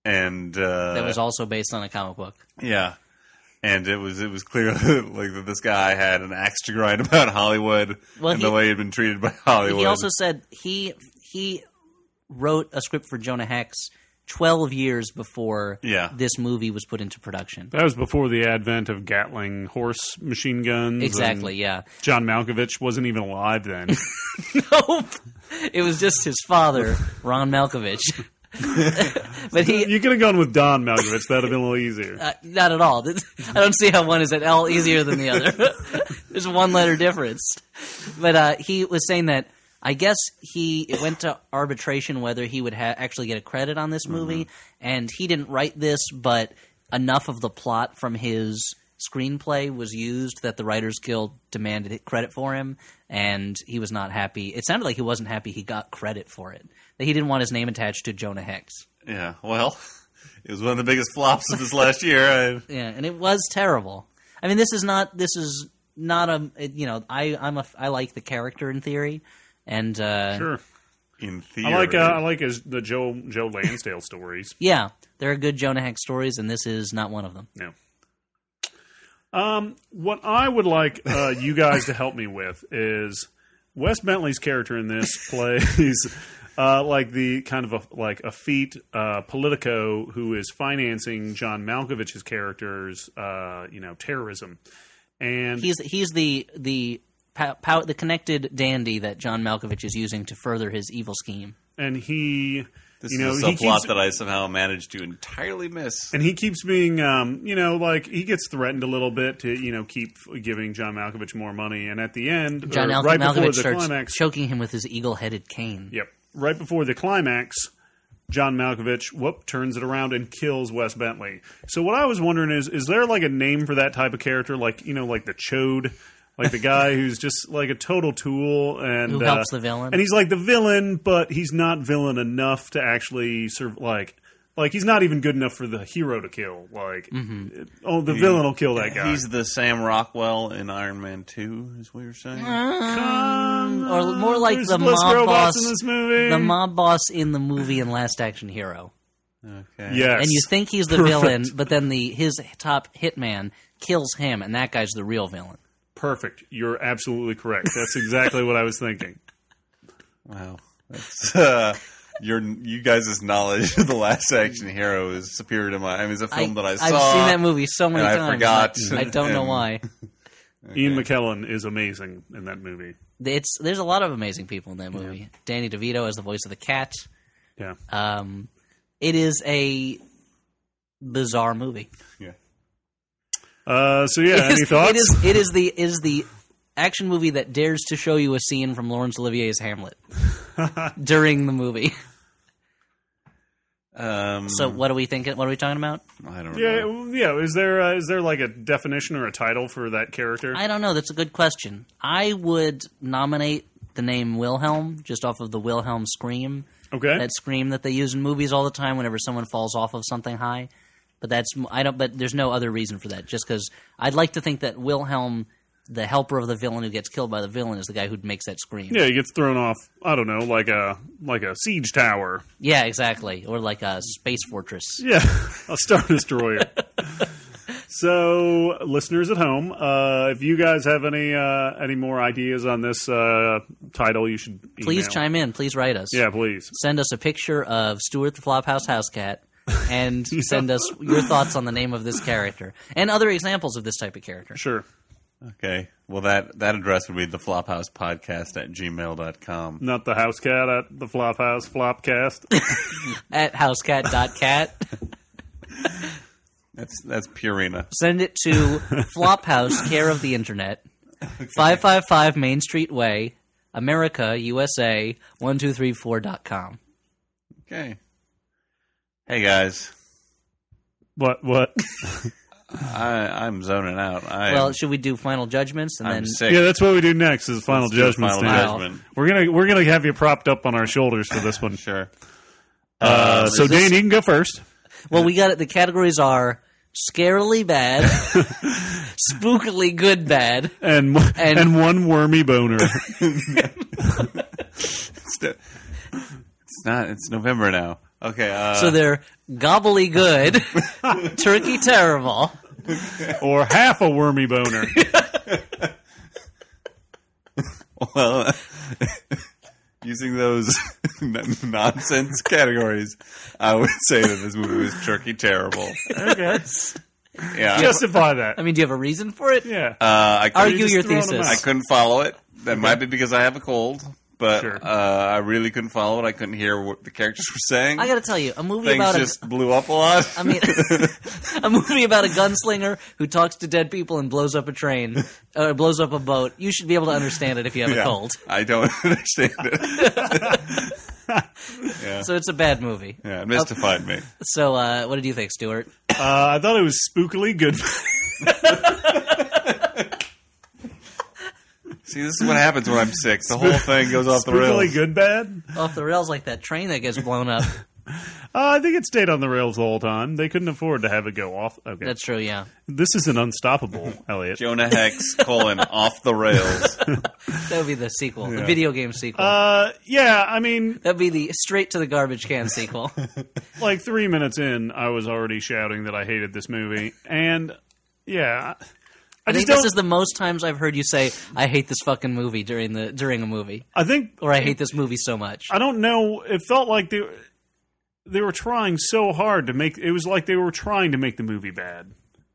Speaker 1: and uh,
Speaker 3: that was also based on a comic book.
Speaker 1: yeah. And it was it was clear <laughs> like that this guy had an axe to grind <laughs> about Hollywood
Speaker 3: Well,
Speaker 1: and
Speaker 3: he-
Speaker 1: the way he'd been treated by Hollywood.
Speaker 3: He also said he he wrote a script for Jonah Hex twelve years before
Speaker 1: Yeah.
Speaker 3: this movie was put into production.
Speaker 2: That was before the advent of Gatling horse machine guns. and
Speaker 3: Exactly, yeah.
Speaker 2: John Malkovich wasn't even
Speaker 3: <laughs>
Speaker 2: alive then.
Speaker 3: Nope. It was just his father, Ron Malkovich. but he
Speaker 2: you could have gone with Don Malkovich. That'd have been a little easier.
Speaker 3: uh, not at all. <laughs> I don't see how one is at all easier than the other. <laughs> There's one letter difference. But uh, he was saying that I guess he it went to arbitration whether he would ha- actually get a credit on this movie, and he didn't write this, but enough of the plot from his screenplay was used that the Writers Guild demanded it- credit for him, and he was not happy. It sounded like he wasn't happy he got credit for it. That he didn't want his name attached to Jonah Hex.
Speaker 1: Yeah, well, <laughs> it was one of the biggest flops of this last year. I,
Speaker 3: Yeah, and it was terrible. I mean, this is not this is not a it- you know I I'm a I like the character in theory, and uh,
Speaker 2: Sure.
Speaker 1: in theory,
Speaker 2: I like uh, I like his, the Joe Joe Lansdale stories.
Speaker 3: yeah, there are good Jonah Hex stories, and this is not one of them.
Speaker 2: No. Um, what I would like uh, you guys to help me with is Wes Bentley's character
Speaker 3: <laughs>
Speaker 2: in this plays uh, like the kind of a, like a feat uh, Politico who is financing John Malkovich's character's uh, you know terrorism, and
Speaker 3: He's he's the the pow, pow, the connected dandy that John Malkovich is using to further his evil scheme.
Speaker 2: and he
Speaker 1: this
Speaker 2: you know
Speaker 1: is a
Speaker 2: he
Speaker 1: subplot
Speaker 2: keeps, Oh
Speaker 1: that I somehow managed to entirely miss.
Speaker 2: and he keeps being um, you know like he gets threatened a little bit to you know keep giving John Malkovich more money, and at the end
Speaker 3: John
Speaker 2: or
Speaker 3: Al-
Speaker 2: Uh, right before
Speaker 3: Malkovich
Speaker 2: the
Speaker 3: starts
Speaker 2: climax,
Speaker 3: choking him with his eagle-headed cane.
Speaker 2: Yep. Right before the climax, John Malkovich whoop turns it around and kills Wes Bentley. So what I was wondering is is there like a name for that type of character like you know like the chode like
Speaker 3: <laughs>
Speaker 2: the guy who's just like a total tool and uh,
Speaker 3: Who helps the villain?
Speaker 2: and he's like the villain but he's not villain enough to actually serve like like he's not even good enough for the hero to kill like
Speaker 3: Mm-hmm.
Speaker 2: oh the villain will kill that guy
Speaker 1: He's the Sam Rockwell in Iron Man Two, is what you're saying.
Speaker 3: Um, Or more like
Speaker 2: There's
Speaker 3: the
Speaker 2: less
Speaker 3: mob boss,
Speaker 2: robots in this movie
Speaker 3: the mob boss in the movie and Last Action Hero.
Speaker 1: Okay.
Speaker 2: yes
Speaker 3: and you think he's the
Speaker 2: Perfect.
Speaker 3: villain, but then the his top hitman kills him, and that guy's the real villain.
Speaker 2: perfect you're absolutely correct that's exactly what I was thinking
Speaker 1: Wow. That's, uh, your you guys' knowledge of the Last Action Hero is superior to mine. I mean, it's a film that I saw.
Speaker 3: have seen that movie so many
Speaker 1: and I
Speaker 3: times.
Speaker 1: forgot,
Speaker 3: I don't know
Speaker 1: and-
Speaker 3: why.
Speaker 2: Ian McKellen is amazing in that movie.
Speaker 3: It's there's a lot of amazing people in that movie. Danny DeVito as the voice of the cat.
Speaker 2: Yeah.
Speaker 3: Um, it is a bizarre <laughs> movie.
Speaker 1: Yeah.
Speaker 2: Uh, so yeah,
Speaker 3: It is-
Speaker 2: any thoughts?
Speaker 3: It is it is the it is the action movie that dares to show you a scene from Laurence Olivier's <laughs> Hamlet during the movie.
Speaker 1: Um,
Speaker 3: So what are we thinking? What are we talking about?
Speaker 1: I don't
Speaker 2: yeah,
Speaker 1: know.
Speaker 2: well, yeah. Is there uh, is there like a definition or a title for that character?
Speaker 3: I don't know. That's a good question. I would nominate the name Wilhelm just off of the Wilhelm scream.
Speaker 2: okay.
Speaker 3: That scream that they use in movies all the time whenever someone falls off of something high. But that's I don't. But there's no other reason for that. Just because I'd like to think that Wilhelm, the helper of the villain who gets killed by the villain, is the guy who makes that scream.
Speaker 2: yeah, he gets thrown off. I don't know, like a like a siege tower.
Speaker 3: Yeah, exactly. Or like a space fortress.
Speaker 2: Yeah, a star
Speaker 3: <laughs>
Speaker 2: destroyer. so, listeners at home, uh, if you guys have any uh, any more ideas on this uh, title, you should email.
Speaker 3: Please chime in. Please write us.
Speaker 2: Yeah, please.
Speaker 3: Send us a picture of Stuart the Flophouse Housecat.
Speaker 1: <laughs>
Speaker 3: And send us your thoughts on the name of this character and other examples of this type of character.
Speaker 2: Sure.
Speaker 1: Okay. Well, that that address would be the Flophouse Podcast at gmail.com.
Speaker 2: Not the house cat at the flop house flopcast.
Speaker 3: at housecat.cat.
Speaker 1: That's that's Purina.
Speaker 3: Send it to Flophouse, care of the internet, 555 Main Street Way, America, USA, 1234.com.
Speaker 1: Okay. Hey guys.
Speaker 2: what? What?
Speaker 1: I, I'm zoning out. I
Speaker 3: Well, should we do final judgments and
Speaker 1: I'm
Speaker 3: then
Speaker 1: sick.
Speaker 2: Yeah, that's what we do next is final
Speaker 1: do
Speaker 2: judgment.
Speaker 1: Final
Speaker 2: stand.
Speaker 1: Judgment.
Speaker 2: We're gonna we're gonna have you propped up on our shoulders for this
Speaker 1: <laughs>
Speaker 2: one.
Speaker 1: Sure.
Speaker 2: Uh, so Dan, you can go first.
Speaker 3: Well, we got it. The categories are scarily
Speaker 1: <laughs>
Speaker 3: bad, spookily good bad.
Speaker 2: And <laughs> and,
Speaker 3: And-
Speaker 2: and one wormy boner.
Speaker 1: It's, the- it's not. It's November now. Okay. Uh,
Speaker 3: So they're gobbly good, turkey terrible.
Speaker 2: or half a wormy boner.
Speaker 1: <laughs> well, <laughs> using those <laughs> n- nonsense categories, I would <laughs> say that this movie was turkey terrible.
Speaker 2: okay.
Speaker 1: Yeah.
Speaker 2: Justify that.
Speaker 3: I mean, do you have a reason for it?
Speaker 2: yeah.
Speaker 1: Uh, I couldn't-
Speaker 3: Argue
Speaker 2: just
Speaker 3: your
Speaker 2: throwing them
Speaker 1: I
Speaker 3: thesis.
Speaker 1: couldn't follow it. That might be because I have a cold, but
Speaker 2: Sure.
Speaker 1: uh, I really couldn't follow it. I couldn't hear what the characters were saying.
Speaker 3: I got to tell you, a movie
Speaker 1: Things
Speaker 3: about a,
Speaker 1: just blew up a lot.
Speaker 3: I
Speaker 1: <laughs>
Speaker 3: mean, <laughs> a movie about a gunslinger who talks to dead people and blows up a train or blows up a boat. You should be able to understand it if you have a
Speaker 1: Yeah.
Speaker 3: cold.
Speaker 1: <laughs> I don't understand it.
Speaker 3: So it's a bad movie.
Speaker 1: Yeah, it mystified me.
Speaker 3: So uh, what did you think, Stuart?
Speaker 2: Uh, I thought it was spookily good.
Speaker 1: See, this is what happens when I'm sick. The whole thing goes off the rails.
Speaker 2: spookily good bad.
Speaker 3: Off the rails like that train that gets blown
Speaker 1: <laughs>
Speaker 3: up.
Speaker 2: Uh, I think it stayed on the rails the whole time. They couldn't afford to have it go off. Okay.
Speaker 3: That's true, yeah.
Speaker 2: this is an unstoppable, Elliot.
Speaker 1: Jonah Hex colon off
Speaker 3: <laughs>
Speaker 1: the rails.
Speaker 3: That would be the sequel, the
Speaker 1: Yeah.
Speaker 3: video game sequel.
Speaker 2: Uh, yeah, I mean,
Speaker 3: That'd be the straight to the garbage can sequel.
Speaker 2: like three minutes in, I was already shouting that I hated this movie, and yeah, I,
Speaker 3: I
Speaker 2: just
Speaker 3: think
Speaker 2: don't.
Speaker 3: this is the most times I've heard you say, "I hate this fucking movie" during the during a movie,
Speaker 2: I think,
Speaker 3: or "I hate this movie so much."
Speaker 2: I don't know. It felt like they they were trying so hard to make. It was like they were trying to make the movie bad,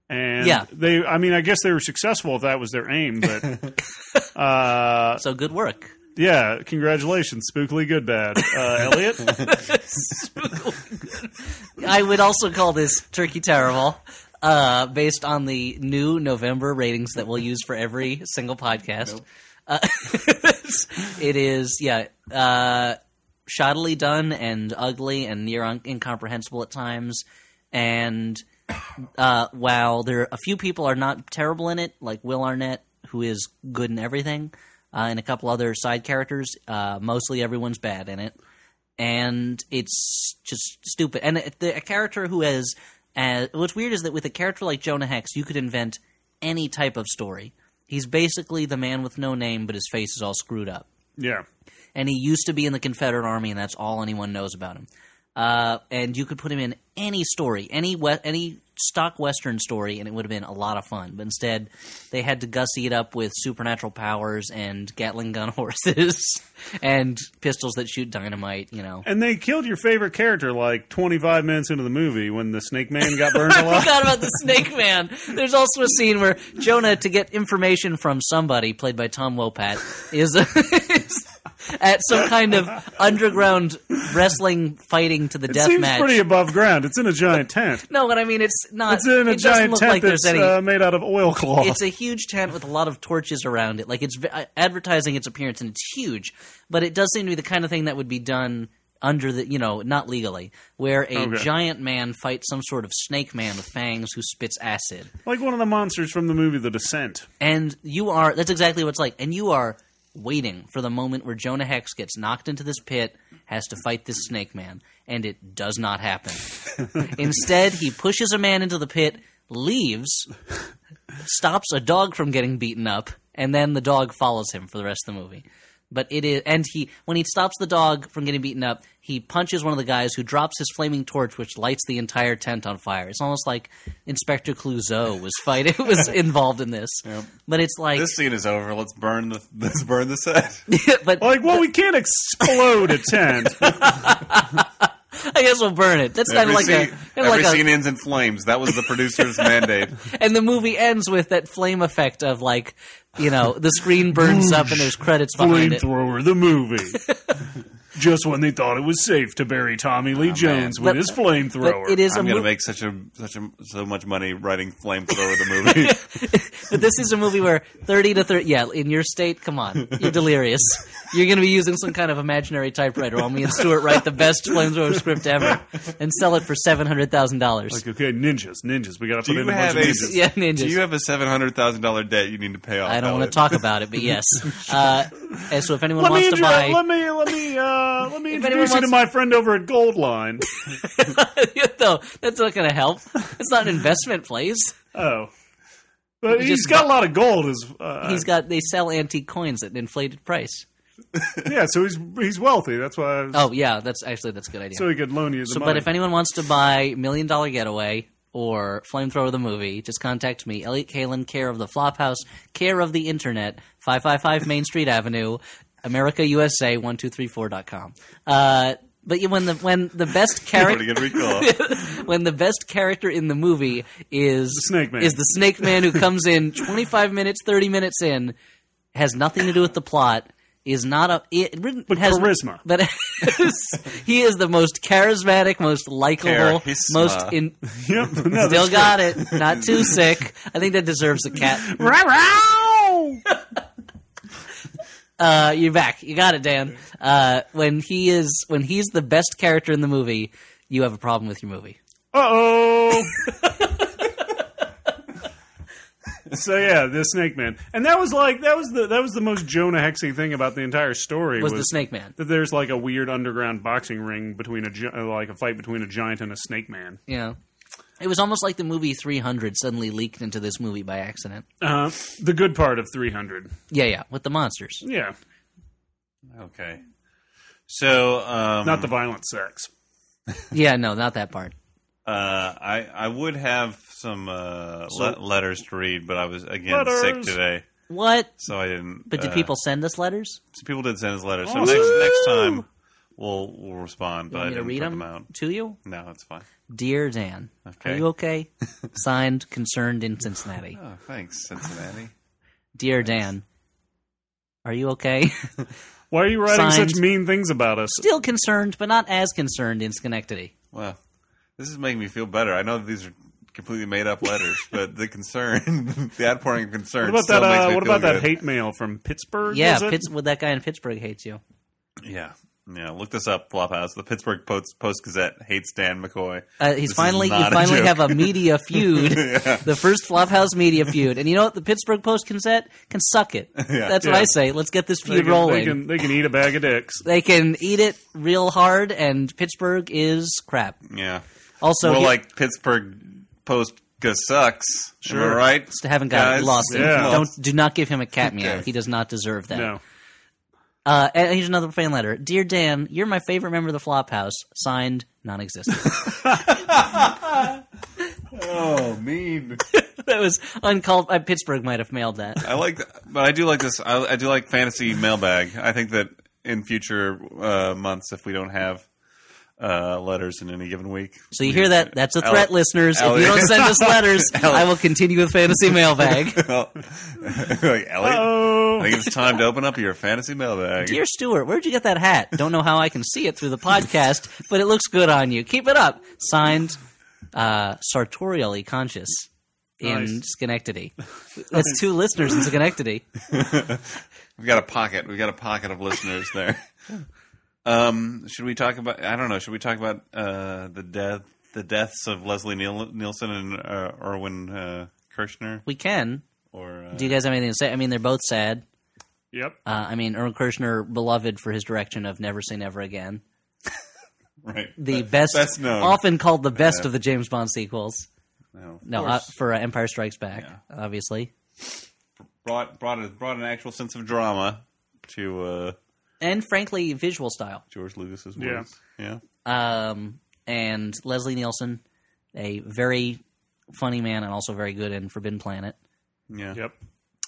Speaker 2: and
Speaker 3: Yeah.
Speaker 2: they. I mean, I guess they were successful if that was their aim, but. uh
Speaker 3: So good work.
Speaker 2: yeah congratulations spookily good bad uh elliot
Speaker 3: I would also call this Turkey Terrible, uh, based on the new November ratings that we'll use for every single podcast. Uh, <laughs> it is, yeah, uh, shoddily done and ugly and near un- incomprehensible at times. And uh, while there, a few people are not terrible in it, like Will Arnett, who is good in everything, uh, and a couple other side characters, uh, mostly everyone's bad in it and it's just stupid. And a, the, a character who has, uh, what's weird is that with a character like Jonah Hex, you could invent any type of story. He's basically the man with no name, but his face is all screwed up.
Speaker 2: yeah
Speaker 3: And he used to be in the Confederate Army, and that's all anyone knows about him. Uh, and you could put him in any story, any we- any stock western story, and it would have been a lot of fun. But instead, they had to gussy it up with supernatural powers and Gatling gun <laughs> horses and pistols that shoot dynamite. You know,
Speaker 2: And they killed your favorite character like 25 minutes into the movie when the snake man got
Speaker 3: <laughs>
Speaker 2: burned
Speaker 3: I
Speaker 2: alive.
Speaker 3: forgot about the Snake Man. There's also a scene where Jonah, to get information from somebody, played by Tom Wopat, is, is at some kind of underground wrestling fighting to the
Speaker 2: It
Speaker 3: death
Speaker 2: seems
Speaker 3: match.
Speaker 2: pretty above ground. It's in a giant tent.
Speaker 3: no, but I mean, it's not.
Speaker 2: It's in a
Speaker 3: it doesn't
Speaker 2: giant
Speaker 3: look
Speaker 2: tent
Speaker 3: like
Speaker 2: that's
Speaker 3: there's any.
Speaker 2: uh, made out of oilcloth.
Speaker 3: it's a huge tent with a lot of torches around it. Like it's ve- uh, advertising its appearance, and it's huge. But it does seem to be the kind of thing that would be done under the, you know, not legally, where a
Speaker 2: Okay.
Speaker 3: giant man fights some sort of snake man with fangs who spits acid.
Speaker 2: like one of the monsters from the movie The Descent.
Speaker 3: and you are that's exactly what it's like and you are waiting for the moment where jonah hex gets knocked into this pit has to fight this snake man and it does not happen instead he pushes a man into the pit leaves stops a dog from getting beaten up and then the dog follows him for the rest of the movie but it is and he when he stops the dog from getting beaten up he punches one of the guys who drops his flaming torch which lights the entire tent on fire it's almost like inspector clouseau was fighting <laughs> was involved in this but it's like
Speaker 1: This scene is over. Let's burn the let's burn the set.
Speaker 3: <laughs> but
Speaker 2: Like, well, we can't explode
Speaker 3: <laughs>
Speaker 2: a tent.
Speaker 3: i guess we'll burn it that's kind
Speaker 1: every
Speaker 3: of like a
Speaker 1: scene,
Speaker 3: kind of
Speaker 1: every
Speaker 3: like a-
Speaker 1: scene ends in flames. That was the
Speaker 3: <laughs>
Speaker 1: producer's mandate.
Speaker 3: and the movie ends with that flame effect of like you know the screen burns up and there's credits behind it <laughs>
Speaker 2: Flamethrower, the movie. just when they thought it was safe to bury Tommy Lee Jones with
Speaker 3: But-
Speaker 2: his flamethrower.
Speaker 3: But Oh, it is a
Speaker 1: I'm going to
Speaker 3: movie.
Speaker 1: make such a such a, so much money writing flamethrower the
Speaker 3: <laughs>
Speaker 1: movie.
Speaker 3: But this is a movie where thirty to thirty. Yeah, in your state, come on, you're delirious. You're going to be using some kind of imaginary typewriter while me and Stuart write the best flamethrower script ever and sell it for seven hundred thousand dollars.
Speaker 2: like, okay, ninjas, ninjas. We got to
Speaker 1: Do
Speaker 2: put
Speaker 1: you
Speaker 2: in a
Speaker 1: have
Speaker 2: bunch of
Speaker 1: a-
Speaker 2: ninjas.
Speaker 3: Yeah, ninjas.
Speaker 1: Oh, Do you have a seven hundred thousand dollar debt you need to pay off?
Speaker 3: I don't want to
Speaker 1: Elliot?
Speaker 3: talk about it, but
Speaker 1: <laughs>
Speaker 3: yes. Uh, and so if anyone
Speaker 2: Let me,
Speaker 3: wants to
Speaker 2: intro-
Speaker 3: buy,
Speaker 2: let me let me uh, let me
Speaker 3: <laughs> If anyone
Speaker 2: introduce you to
Speaker 3: wants-
Speaker 2: my friend over at
Speaker 3: <laughs>
Speaker 2: Gold Line.
Speaker 3: no, that's not going to help. It's not an investment place.
Speaker 2: Oh, but
Speaker 3: You
Speaker 2: he's
Speaker 3: just-
Speaker 2: got a lot of gold. As uh,
Speaker 3: He's got they sell antique coins at an inflated price.
Speaker 2: yeah, so he's he's wealthy. That's why. I was,
Speaker 3: Oh yeah, that's actually that's a good idea.
Speaker 2: so he could loan you the
Speaker 3: So,
Speaker 2: money.
Speaker 3: but if anyone wants to buy Million Dollar Getaway or Flamethrower the movie, just contact me, Elliot Kalin, care of the Flophouse, care of the Internet, 555 Main Street Avenue, America, USA, 1234.com. Uh, but you- when the when the best
Speaker 1: Pretty
Speaker 3: character
Speaker 1: good recall.
Speaker 3: <laughs> when the best character in the movie is the
Speaker 2: Snake Man.
Speaker 3: is the Snake Man who comes
Speaker 2: <laughs>
Speaker 3: in 25 minutes, 30 minutes in, has nothing to do with the plot, is not a it, written-
Speaker 2: But
Speaker 3: has,
Speaker 2: charisma.
Speaker 3: but <laughs> he is the most charismatic, most likable,
Speaker 1: Charisma.
Speaker 3: most in.
Speaker 2: <laughs> yep,
Speaker 3: <laughs>
Speaker 2: <laughs> no,
Speaker 3: Still got it. Not
Speaker 2: <laughs>
Speaker 3: too sick. I think that deserves a cat. <laughs> Uh, you're back. You got it, Dan. Uh, when he is when he's the best character in the movie, you have a problem with your movie. <laughs>
Speaker 2: Uh oh. so yeah, the Snake Man, and that was like that was the that was the most Jonah Hexy thing about the entire story
Speaker 3: Was, the Snake Man?
Speaker 2: that there's like a weird underground boxing ring between a gi- uh, like a fight between a giant and a snake man.
Speaker 3: Yeah. It was almost like the movie 300 suddenly leaked into this movie by accident.
Speaker 2: Uh, the good part of 300.
Speaker 3: Yeah, yeah, with the
Speaker 1: <laughs>
Speaker 3: monsters.
Speaker 2: Yeah,
Speaker 3: <laughs>
Speaker 1: Okay. So um,
Speaker 3: Uh-huh.
Speaker 2: not the violent sex.
Speaker 3: Yeah, no, not that part.
Speaker 1: uh, I I would have some uh,
Speaker 2: So-
Speaker 1: le- letters to read, but I was again sick
Speaker 2: Letters.
Speaker 1: today,
Speaker 3: What?
Speaker 1: so I didn't.
Speaker 3: But did
Speaker 1: uh,
Speaker 3: people send us letters?
Speaker 1: so people did send us letters. So
Speaker 2: Oh.
Speaker 1: next next time we'll we'll respond.
Speaker 3: You
Speaker 1: but I
Speaker 3: want me to
Speaker 1: didn't
Speaker 3: read
Speaker 1: print
Speaker 3: them,
Speaker 1: them out.
Speaker 3: to you?
Speaker 1: No, that's fine.
Speaker 3: Dear Dan,
Speaker 1: Okay.
Speaker 3: are you
Speaker 1: <laughs>
Speaker 3: okay? Signed, concerned in Cincinnati.
Speaker 1: Oh, thanks, Cincinnati.
Speaker 3: Dear Dan, are you okay? <laughs>
Speaker 2: Why are you writing
Speaker 3: Signed.
Speaker 2: such mean things about us?
Speaker 3: Still concerned, but not as concerned in Schenectady.
Speaker 1: Well, this is making me feel better. I know that these are completely made up letters,
Speaker 2: <laughs>
Speaker 1: but the concern, the outpouring of concern,
Speaker 2: What about
Speaker 1: still
Speaker 2: that?
Speaker 1: makes
Speaker 2: Uh,
Speaker 1: me
Speaker 2: what
Speaker 1: feel
Speaker 2: about that
Speaker 1: good.
Speaker 2: hate mail from Pittsburgh?
Speaker 3: Yeah,
Speaker 2: was it?
Speaker 3: Pitts, well, that guy in Pittsburgh hates you.
Speaker 1: Yeah. Yeah, look this up, Flophouse. The Pittsburgh Post, Post Gazette hates Dan McCoy.
Speaker 3: Uh, he's
Speaker 1: This is
Speaker 3: finally you
Speaker 1: not a
Speaker 3: finally
Speaker 1: joke.
Speaker 3: have a media feud, the first Flophouse media feud, and you know what? The Pittsburgh Post can set can suck it. That's what
Speaker 2: Yeah.
Speaker 3: I say. Let's get this
Speaker 2: They
Speaker 3: feud
Speaker 2: can-
Speaker 3: rolling.
Speaker 2: They can, they can eat a bag of
Speaker 3: <laughs>
Speaker 2: dicks.
Speaker 3: They can eat it real hard, and Pittsburgh is crap.
Speaker 1: Yeah.
Speaker 3: Also,
Speaker 1: More
Speaker 3: he-
Speaker 1: like Pittsburgh Post Sucks. Am I
Speaker 2: Sure.
Speaker 1: right?
Speaker 3: just haven't got
Speaker 1: guys?
Speaker 3: it. Lost it.
Speaker 2: Yeah.
Speaker 3: Don't do not give him a cat meow.
Speaker 1: Okay.
Speaker 3: He does not deserve that.
Speaker 2: No.
Speaker 3: Uh, and here's another fan letter. Dear Dan, you're my favorite member of the Flophouse. Signed, non-existent. <laughs>
Speaker 1: Oh, mean.
Speaker 3: that was uncalled. Uh, Pittsburgh might have mailed that.
Speaker 1: I like, but I do like this. I, I do like fantasy mailbag. I think that in future uh, months, if we don't have uh, letters in any given week, <laughs>
Speaker 3: So you hear that? That's a
Speaker 1: Al-
Speaker 3: threat, listeners. if you
Speaker 1: Elliot.
Speaker 3: don't send us letters, I will continue with fantasy mailbag.
Speaker 1: Well, <laughs> like, Elliot, I
Speaker 2: Oh,
Speaker 1: think it's time to open up your fantasy mailbag.
Speaker 3: Dear Stuart, where'd you get that hat? Don't know how I can see it through the podcast, but it looks good on you. Keep it up. Signed, uh, sartorially conscious in
Speaker 2: Nice.
Speaker 3: Schenectady. That's two listeners in Schenectady.
Speaker 1: We've got a pocket. We've got a pocket of listeners there. <laughs> Um, should we talk about? I don't know. Should we talk about uh, the death, the deaths of Leslie Niel- Nielsen and uh, Erwin uh, Kirshner?
Speaker 3: We can.
Speaker 1: Or uh,
Speaker 3: Do you guys have anything to say? I mean, they're both sad.
Speaker 2: yep.
Speaker 3: Uh, I mean, Erwin Kirshner, beloved for his direction of Never Say Never Again,
Speaker 1: <laughs> right,
Speaker 3: the best,
Speaker 1: best known.
Speaker 3: often called the best of the James Bond sequels.
Speaker 1: no.
Speaker 3: No, uh, for uh, Empire Strikes Back, obviously.
Speaker 1: brought brought a, brought an actual sense of drama to uh,
Speaker 3: and frankly visual style.
Speaker 1: George Lucas's
Speaker 2: Yeah.
Speaker 1: words. Yeah,
Speaker 3: Um, and Leslie Nielsen, a very funny man and also very good in Forbidden Planet.
Speaker 1: yeah,
Speaker 2: Yep.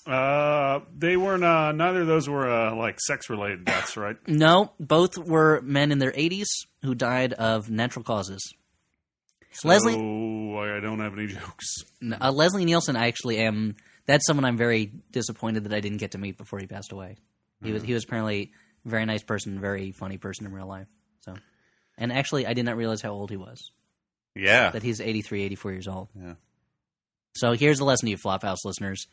Speaker 2: Uh, they weren't. Uh, neither of those were uh, like sex related deaths, right?
Speaker 3: No, both were men in their 80s who died of natural causes. <coughs> Leslie
Speaker 2: Oh, I I don't have any <laughs> jokes.
Speaker 3: uh, Leslie Nielsen, I actually am. That's someone I'm very disappointed that I didn't get to meet before he passed away. He was he was apparently Very nice person, very funny person in real life. So, and actually, I did not realize how old he was.
Speaker 1: Yeah.
Speaker 3: That he's 83, 84 years old.
Speaker 1: Yeah.
Speaker 3: So here's the lesson to you, Flophouse listeners: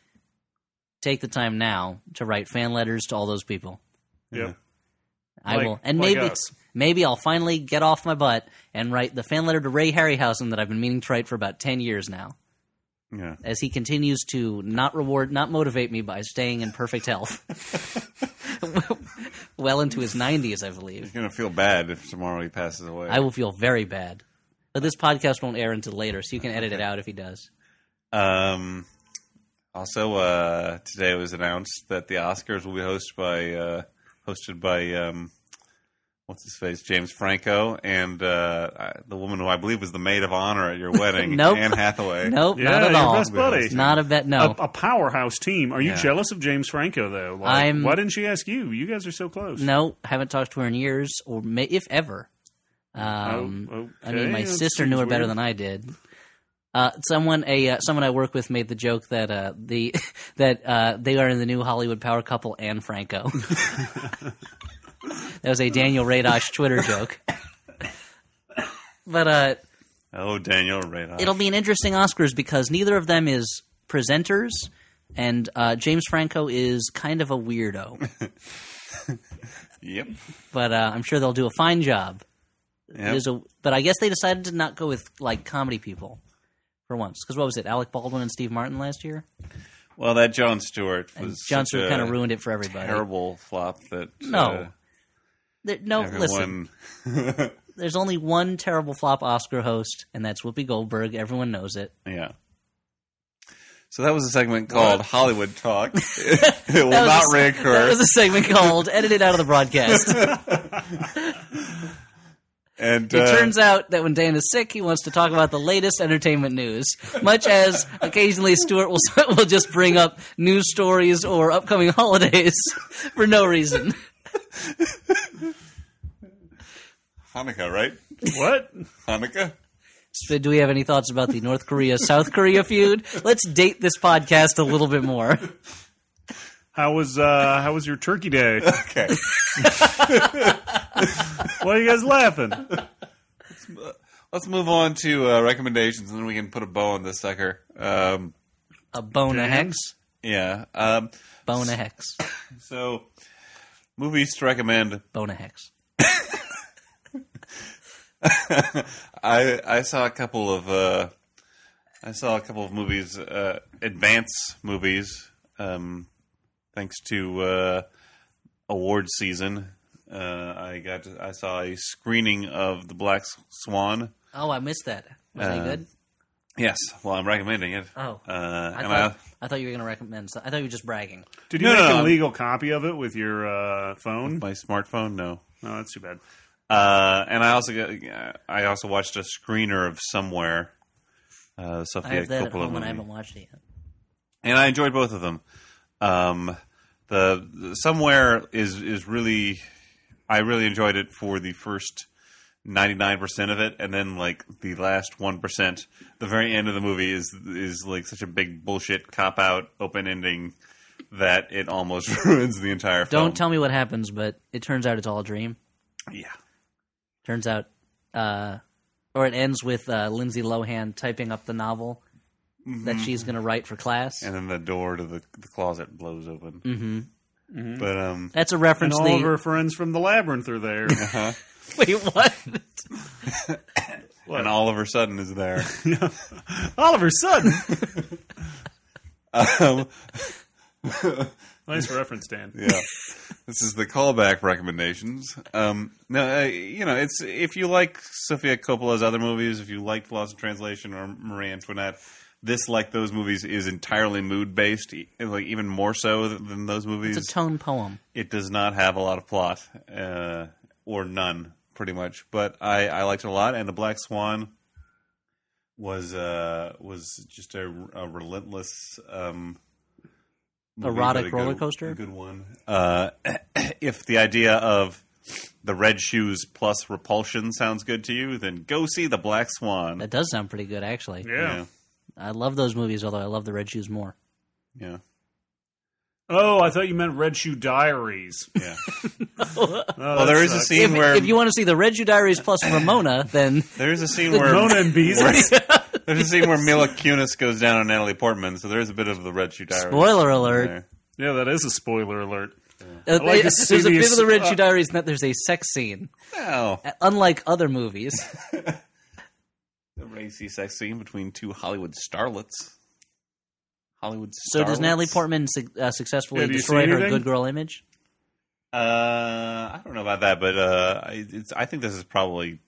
Speaker 3: take the time now to write fan letters to all those people.
Speaker 2: Yep.
Speaker 3: I
Speaker 2: Like-
Speaker 3: will, and
Speaker 2: like
Speaker 3: maybe
Speaker 2: us.
Speaker 3: maybe I'll finally get off my butt and write the fan letter to Ray Harryhausen that I've been meaning to write for about ten years now,
Speaker 1: Yeah.
Speaker 3: as he continues to not reward, not motivate me by staying in perfect health, <laughs> well into his nineties, I believe.
Speaker 1: You're gonna feel bad if tomorrow he passes away.
Speaker 3: I will feel very bad. But this podcast won't air until later, so you can edit it out if he does.
Speaker 1: um. Also, uh, today it was announced that the Oscars will be hosted by uh, hosted by um, what's his face James Franco and uh, I- the woman who I believe was the maid of honor
Speaker 3: <laughs>
Speaker 1: at your wedding,
Speaker 3: Nope.
Speaker 1: Anne Hathaway.
Speaker 3: Nope,
Speaker 2: Yeah,
Speaker 3: not at
Speaker 2: your
Speaker 3: all.
Speaker 2: best buddy.
Speaker 3: Not a bet. No,
Speaker 2: A, a powerhouse team. Are you
Speaker 1: Yeah.
Speaker 2: jealous of James Franco though? Like,
Speaker 3: I'm-
Speaker 2: Why didn't she ask you? You guys are so close.
Speaker 3: No, haven't talked to her in years, or may, if ever. Um,
Speaker 2: Oh,
Speaker 3: I mean,
Speaker 2: okay,
Speaker 3: my
Speaker 2: that
Speaker 3: sister knew her
Speaker 2: seems
Speaker 3: better
Speaker 2: weird.
Speaker 3: than I did. Uh, someone, a uh, someone I work with, made the joke that uh, the <laughs> that uh, they are in the new Hollywood power couple, Anne Franco. <laughs> that was a Daniel Radosh Twitter joke. but uh,
Speaker 1: Oh, Daniel Radon.
Speaker 3: it'll be an interesting Oscars because neither of them is presenters, and uh, James Franco is kind of a weirdo.
Speaker 1: Yep.
Speaker 3: but uh, I'm sure they'll do a fine job.
Speaker 1: Yep.
Speaker 3: There's a, but I guess they decided to not go with like comedy people for once. Because what was it, Alec Baldwin and Steve Martin last year?
Speaker 1: well, that John Stewart was
Speaker 3: John
Speaker 1: such
Speaker 3: Stewart
Speaker 1: a
Speaker 3: kind of ruined it for everybody.
Speaker 1: terrible flop that uh,
Speaker 3: No, There- no.
Speaker 1: everyone
Speaker 3: Listen, there's only one terrible flop Oscar host, and that's Whoopi Goldberg. Everyone knows it.
Speaker 1: <laughs> Yeah. So that was a segment called
Speaker 3: <laughs>
Speaker 1: Hollywood Talk. <laughs> it
Speaker 3: was
Speaker 1: will not
Speaker 3: a- That
Speaker 1: reoccur.
Speaker 3: was a segment called "Edited Out of the
Speaker 1: <laughs>
Speaker 3: Broadcast." it
Speaker 1: and uh,
Speaker 3: turns out that when Dan is sick, he wants to talk about the latest entertainment news. Much as occasionally Stewart will will <laughs> just bring up news stories or upcoming <laughs> holidays for no reason.
Speaker 1: Hanukkah, right?
Speaker 2: What?
Speaker 1: Hanukkah.
Speaker 3: But do we have any thoughts about the North Korea South Korea feud? Let's date this podcast a little bit more.
Speaker 2: How was uh, how was your turkey day?
Speaker 1: Okay. <laughs>
Speaker 2: Why are you
Speaker 3: <laughs>
Speaker 2: guys laughing?
Speaker 1: Let's move on to uh, recommendations, and then we can put a bow on this sucker. Um,
Speaker 3: A bone a
Speaker 2: Dan?
Speaker 3: hex,
Speaker 1: yeah. Um,
Speaker 3: bone a hex,
Speaker 1: so, movies to recommend.
Speaker 3: bone a hex.
Speaker 1: <laughs> I I saw a couple of uh, I saw a couple of movies, uh, advance movies, um, thanks to uh, award season. Uh, I got to, I saw a screening of The Black Swan.
Speaker 3: Oh, I missed that. Was it
Speaker 1: Uh,
Speaker 3: good?
Speaker 1: Yes, well, I'm recommending it.
Speaker 3: Oh,
Speaker 1: Uh,
Speaker 3: I,
Speaker 1: and I,
Speaker 3: thought, I, thought you were going to recommend. Some, I thought you were just bragging.
Speaker 2: Did you
Speaker 1: No,
Speaker 2: make
Speaker 1: no,
Speaker 2: a
Speaker 1: I'm-
Speaker 2: legal copy of it with your uh, phone?
Speaker 1: my smartphone, no.
Speaker 2: No, that's too bad.
Speaker 1: Uh, and I also got, I also watched a screener of Somewhere. Uh,
Speaker 3: I
Speaker 1: Sophia
Speaker 3: have that at
Speaker 1: Coppola
Speaker 3: home and
Speaker 1: movie.
Speaker 3: I haven't watched it yet.
Speaker 1: and I enjoyed both of them. Um, the, the somewhere is is really, I really enjoyed it for the first ninety nine percent of it, and then like the last one percent, the very end of the movie is is like such a big bullshit cop out open ending that it almost <laughs> ruins the entire film.
Speaker 3: Don't tell me what happens, but it turns out it's all a dream.
Speaker 1: yeah,
Speaker 3: Turns out, uh, or it ends with uh, Lindsay Lohan typing up the novel that she's going to write for class.
Speaker 1: and then the door to the, the closet blows open. Mm-hmm. But um,
Speaker 3: That's a
Speaker 2: And
Speaker 3: reference. to
Speaker 2: all of
Speaker 3: the-
Speaker 2: her friends from the labyrinth are there.
Speaker 3: <laughs> Wait, what?
Speaker 1: and all of a sudden is there.
Speaker 2: all of a <laughs> sudden.
Speaker 1: um,
Speaker 2: <laughs> nice reference, Dan.
Speaker 1: yeah. This is the callback recommendations. Um, no, uh, you know, it's if you like Sofia Coppola's other movies, if you liked Lost in Translation or Marie Antoinette, this like those movies is entirely mood based, like even more so than, than those movies.
Speaker 3: It's a tone poem.
Speaker 1: it does not have a lot of plot uh, or none, pretty much. But I, I liked it a lot, and the Black Swan was uh, was just a, a relentless um, movie,
Speaker 3: Erotic
Speaker 1: but a
Speaker 3: roller
Speaker 1: good-
Speaker 3: coaster?
Speaker 1: a good one. Uh, <clears throat> if the idea of the red shoes plus repulsion sounds good to you, then go see the Black Swan.
Speaker 3: That does sound pretty good, actually.
Speaker 2: Yeah.
Speaker 3: I love those movies, although I love the Red Shoes more.
Speaker 1: yeah.
Speaker 2: Oh, I thought you meant Red Shoe Diaries. Oh,
Speaker 3: <laughs>
Speaker 1: Yeah. well, there is a scene
Speaker 3: If,
Speaker 1: where
Speaker 3: if you want to see the Red Shoe Diaries
Speaker 2: <sighs>
Speaker 3: plus Ramona,
Speaker 2: <laughs>
Speaker 3: then
Speaker 1: there is
Speaker 3: <laughs>
Speaker 1: a scene <laughs> where
Speaker 2: Mona and Beezus.
Speaker 1: there's a scene where Mila Kunis goes down on Natalie Portman. So there's a bit of the Red Shoe Diary.
Speaker 3: spoiler alert.
Speaker 1: there.
Speaker 2: yeah, that is a spoiler alert.
Speaker 3: Uh,
Speaker 2: like to see
Speaker 3: there's a bit
Speaker 2: these-
Speaker 3: of the Red Shoe
Speaker 2: uh,
Speaker 3: Diaries in that there's a sex scene, Uh,
Speaker 1: Wow.
Speaker 3: unlike other
Speaker 2: <laughs>
Speaker 3: movies.
Speaker 1: A racy sex scene between two Hollywood starlets. Hollywood.
Speaker 3: So does
Speaker 1: starlets.
Speaker 3: Natalie Portman su- uh, successfully
Speaker 2: Yeah, do you see
Speaker 3: destroy her
Speaker 2: anything?
Speaker 3: good girl
Speaker 2: <laughs>
Speaker 3: image?
Speaker 1: Uh, I don't know about that, but uh, I, it's, I think this is probably,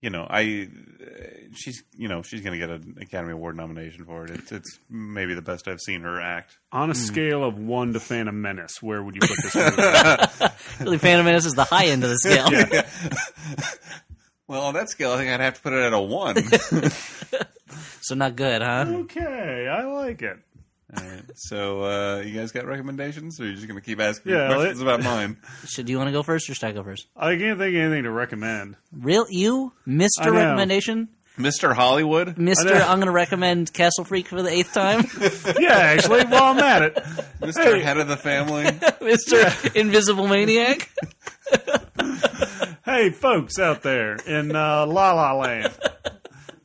Speaker 1: you know, I uh, she's you know she's going to get an Academy Award nomination for it. It's it's maybe the best I've seen her act.
Speaker 2: On a scale of one to Phantom Menace, where would you put
Speaker 1: <laughs>
Speaker 2: this movie?
Speaker 3: Really, Phantom Menace is the high end of
Speaker 2: <laughs>
Speaker 3: the scale.
Speaker 1: <laughs> Well, on that scale, I think I'd have to put it at a one.
Speaker 3: <laughs> So not good, huh?
Speaker 2: okay, I like it.
Speaker 1: All right. So uh, you guys got recommendations, or you are just going to keep asking me
Speaker 2: Yeah, well,
Speaker 1: questions
Speaker 2: it-
Speaker 1: about mine?
Speaker 3: Should do you want to go first or should I go first?
Speaker 2: I can't think of anything to recommend.
Speaker 3: Real you,
Speaker 2: I
Speaker 3: Mister
Speaker 2: know.
Speaker 3: Recommendation,
Speaker 1: Mr. Hollywood.
Speaker 3: Mister.
Speaker 2: I know.
Speaker 3: I'm going to recommend Castle Freak for the eighth
Speaker 2: <laughs>
Speaker 3: time, <laughs>
Speaker 2: Yeah, actually, while I'm at it,
Speaker 1: Mr. Head of
Speaker 2: <laughs>
Speaker 1: the Family.
Speaker 3: Mister Invisible Maniac.
Speaker 2: hey, folks out there in uh, La La Land,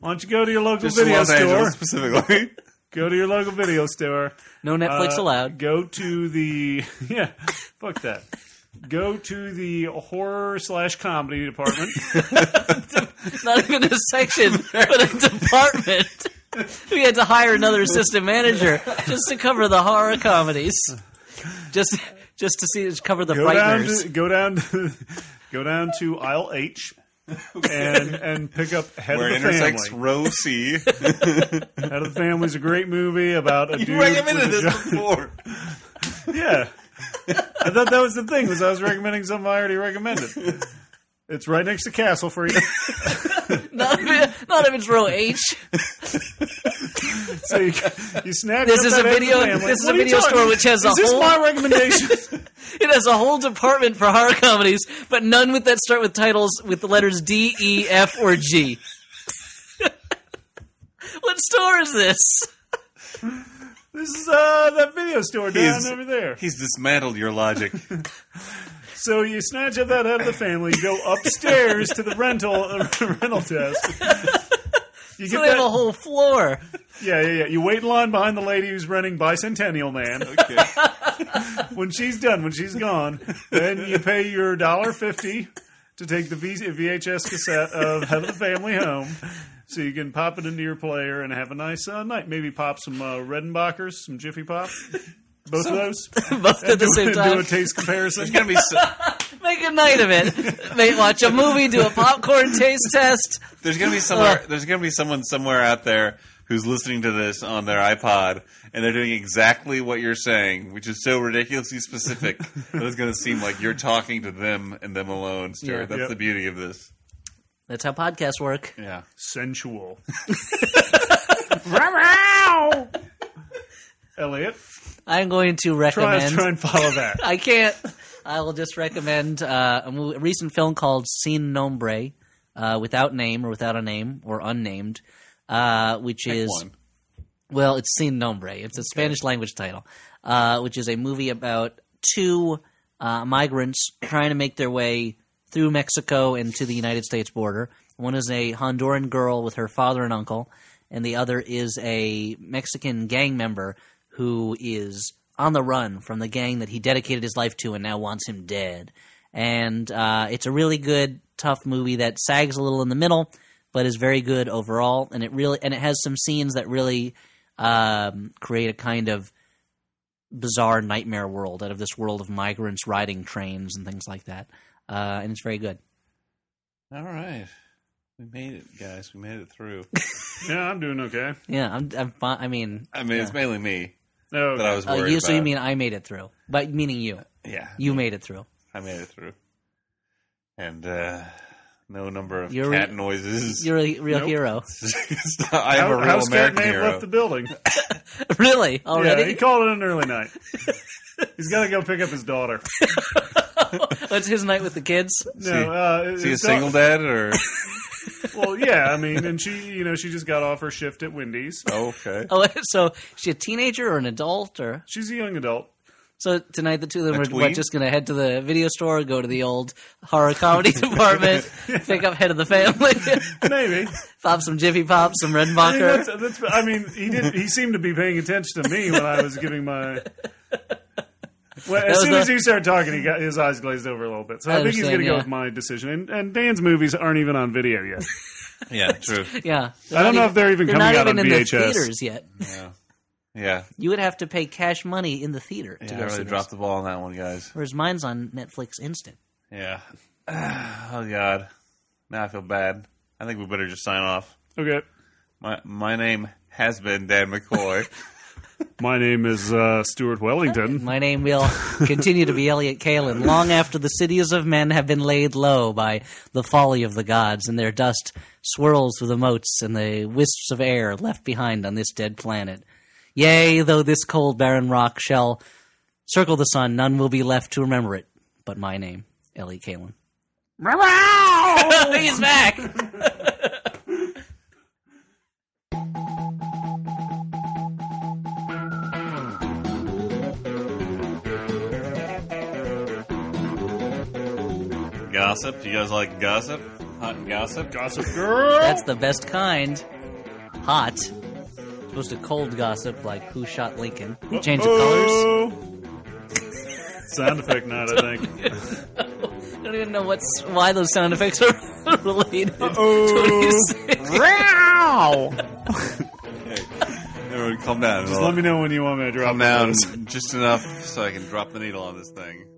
Speaker 2: why don't you go to your local
Speaker 1: Just in
Speaker 2: video
Speaker 1: Los
Speaker 2: store?
Speaker 1: Angeles specifically.
Speaker 2: Go to your local video store.
Speaker 3: No Netflix
Speaker 2: Uh,
Speaker 3: allowed.
Speaker 2: Go to the <laughs> yeah, fuck that. Go to the horror slash
Speaker 3: <laughs>
Speaker 2: comedy department.
Speaker 3: Not even a section, but a department. we had to hire another assistant manager just to cover the horror comedies. Just, just to see, just cover the
Speaker 2: go down
Speaker 3: frighteners.
Speaker 2: to go down to, <laughs> go down to aisle H. and and pick up Head
Speaker 1: Where it
Speaker 2: of <laughs> the
Speaker 1: intersects
Speaker 2: Family.
Speaker 1: row C.
Speaker 2: <laughs> Head of the Family's a great movie about
Speaker 3: <laughs>
Speaker 2: a dude.
Speaker 1: you
Speaker 2: with
Speaker 1: recommended
Speaker 2: a
Speaker 1: this
Speaker 2: jo-
Speaker 1: before.
Speaker 2: Yeah. I thought that was the thing was I was recommending something I already recommended. It's right next to Castle Freak.
Speaker 3: Not if, not if it's row H.
Speaker 2: <laughs> So you, you snatch
Speaker 3: This
Speaker 2: up
Speaker 3: is
Speaker 2: that
Speaker 3: a
Speaker 2: Head of
Speaker 3: video-
Speaker 2: the Family.
Speaker 3: this is a
Speaker 2: What are you
Speaker 3: video
Speaker 2: talking-
Speaker 3: store which has a
Speaker 2: Is this
Speaker 3: whole-
Speaker 2: my recommendation?
Speaker 3: <laughs> It has a whole department for horror comedies, but none with that start with titles with the letters D, E, F, or G. <laughs> what store is this?
Speaker 2: This is uh, that video store down
Speaker 1: He's-
Speaker 2: over there.
Speaker 1: He's dismantled
Speaker 2: <laughs>
Speaker 1: your logic.
Speaker 2: So you snatch up that head of the family, you go upstairs to the rental uh, <laughs> rental desk. You get
Speaker 3: They have a
Speaker 2: that,
Speaker 3: whole floor.
Speaker 2: yeah, yeah, yeah. You wait in line behind the lady who's renting Bicentennial Man.
Speaker 1: Okay.
Speaker 2: When she's done, when she's gone, then you pay your dollar fifty to take the v- VHS cassette of Head of the Family home, so you can pop it into your player and have a nice uh, night. Maybe pop some uh, Redenbachers, some Jiffy Pop, both of those.
Speaker 3: Both <laughs> at the same
Speaker 2: do
Speaker 3: time.
Speaker 2: a taste comparison.
Speaker 1: <laughs> There's gonna be so,
Speaker 3: Make a night of it. Mate, watch a movie, do a popcorn taste test.
Speaker 1: there's gonna
Speaker 2: Uh.
Speaker 1: be somewhere there's gonna be someone somewhere out there who's listening to this on their iPod and they're doing exactly what you're saying, which is so
Speaker 2: <laughs>
Speaker 1: ridiculously specific that it's gonna seem like you're talking to them and them alone, Stuart.
Speaker 3: Yeah.
Speaker 1: That's
Speaker 2: Yep.
Speaker 1: the beauty of this.
Speaker 3: That's how podcasts work. <laughs>
Speaker 1: Yeah.
Speaker 2: sensual. <laughs> Wow. Elliot,
Speaker 3: I'm going to
Speaker 2: try,
Speaker 3: recommend.
Speaker 2: try and follow that. <laughs>
Speaker 3: I can't. I will just recommend uh, a, mo- a recent film called Sin Nombre, uh, without name or without a name or unnamed, uh, which is
Speaker 1: One.
Speaker 3: well, it's Sin Nombre. It's a Spanish language title, uh, which is a movie about two uh, migrants trying to make their way through Mexico and to the United States border. One is a Honduran girl with her father and uncle, and the other is a Mexican gang member who is on the run from the gang that he dedicated his life to and now wants him dead. And uh, it's a really good, tough movie that sags a little in the middle, but is very good overall. And it really and it has some scenes that really um, create a kind of bizarre nightmare world out of this world of migrants riding trains and things like that. Uh, and it's very good.
Speaker 1: All right. We made it, guys. We made it through.
Speaker 2: Yeah, I'm doing okay.
Speaker 3: Yeah, I'm. I'm fi- I mean,
Speaker 1: I mean, it's mainly me
Speaker 2: No,
Speaker 1: that I was
Speaker 3: uh,
Speaker 1: worried
Speaker 3: you. So you
Speaker 1: about.
Speaker 3: mean I made it through? But meaning you,
Speaker 1: yeah,
Speaker 3: you made it through.
Speaker 1: I made it through. And uh, no number of
Speaker 3: You're-
Speaker 1: cat noises. <laughs>
Speaker 3: You're a real
Speaker 2: Nope.
Speaker 3: hero. <laughs>
Speaker 1: It's not- I am a
Speaker 2: House-
Speaker 1: real
Speaker 2: House cat
Speaker 1: American
Speaker 2: may have
Speaker 1: hero.
Speaker 2: left the building. <laughs>
Speaker 3: really
Speaker 2: Yeah, he
Speaker 3: already?
Speaker 2: called it an early <laughs> night. He's got to go pick up his daughter.
Speaker 3: That's his night with the kids. <laughs>
Speaker 2: No,
Speaker 1: See-
Speaker 2: uh,
Speaker 1: Is he a
Speaker 2: his da-
Speaker 1: single dad or?
Speaker 2: Well, yeah, I mean, and she, you know, she just got off her shift at Wendy's.
Speaker 3: <laughs>
Speaker 1: Oh, okay.
Speaker 3: Oh, so is she a teenager or an adult or?
Speaker 2: She's a young adult.
Speaker 3: So tonight the two of them are what,
Speaker 1: tween?
Speaker 3: just going to head to the video store, go to the old horror
Speaker 2: <laughs>
Speaker 3: comedy department, pick up Head of the Family,
Speaker 2: Maybe.
Speaker 3: pop some Jiffy Pop, some
Speaker 2: I mean, that's,
Speaker 3: Redenbacher.
Speaker 2: that's, I mean, he did. He seemed to be paying attention to me when I was giving my. Well, as
Speaker 3: was
Speaker 2: soon
Speaker 3: the-
Speaker 2: as he started talking, he got his eyes glazed over a little bit. So I, think he's going
Speaker 3: understand,
Speaker 2: to
Speaker 3: yeah.
Speaker 2: go with my decision. And, and Dan's movies aren't even on video yet.
Speaker 1: Yeah, true.
Speaker 3: Yeah,
Speaker 2: I don't know if they're even
Speaker 3: they're
Speaker 2: coming
Speaker 3: not
Speaker 2: out
Speaker 3: even
Speaker 2: on
Speaker 3: in
Speaker 2: VHS.
Speaker 3: the theaters yet.
Speaker 1: Yeah,
Speaker 3: <laughs>
Speaker 1: yeah.
Speaker 3: You would have to pay cash money in the theater to
Speaker 1: yeah I
Speaker 3: go
Speaker 1: really
Speaker 3: see
Speaker 1: dropped
Speaker 3: this.
Speaker 1: the ball on that one, guys.
Speaker 3: Whereas mine's on Netflix Instant.
Speaker 1: Yeah. <sighs> oh God. Now I feel bad. I think we better just sign off.
Speaker 2: Okay.
Speaker 1: My my name has been Dan
Speaker 3: <laughs>
Speaker 1: McCoy.
Speaker 2: My name is uh, Stuart Wellington.
Speaker 3: My name will continue to be Elliot Kalin long after the cities of men have been laid low by the folly of the gods, and their dust swirls through the motes and the wisps of air left behind on this dead planet. Yea, though this cold barren rock shall circle the sun, none will be left to remember it but my name, Elliot Kalin. <laughs> He's back!
Speaker 1: gossip. You guys like gossip? Hot and gossip.
Speaker 2: Gossip Girl.
Speaker 3: That's the best kind. Hot. Supposed to cold gossip like who shot Lincoln. <laughs> Change of colors.
Speaker 2: Oh. Sound effect not,
Speaker 3: <laughs>
Speaker 2: I think.
Speaker 3: I don't even know what's why those sound effects are <laughs> related.
Speaker 2: Oh.
Speaker 1: Wow. Everyone, calm down.
Speaker 2: Just let me know when you want me to drop
Speaker 1: calm
Speaker 2: the
Speaker 1: down
Speaker 2: notes.
Speaker 1: just enough so I can drop the needle on this thing.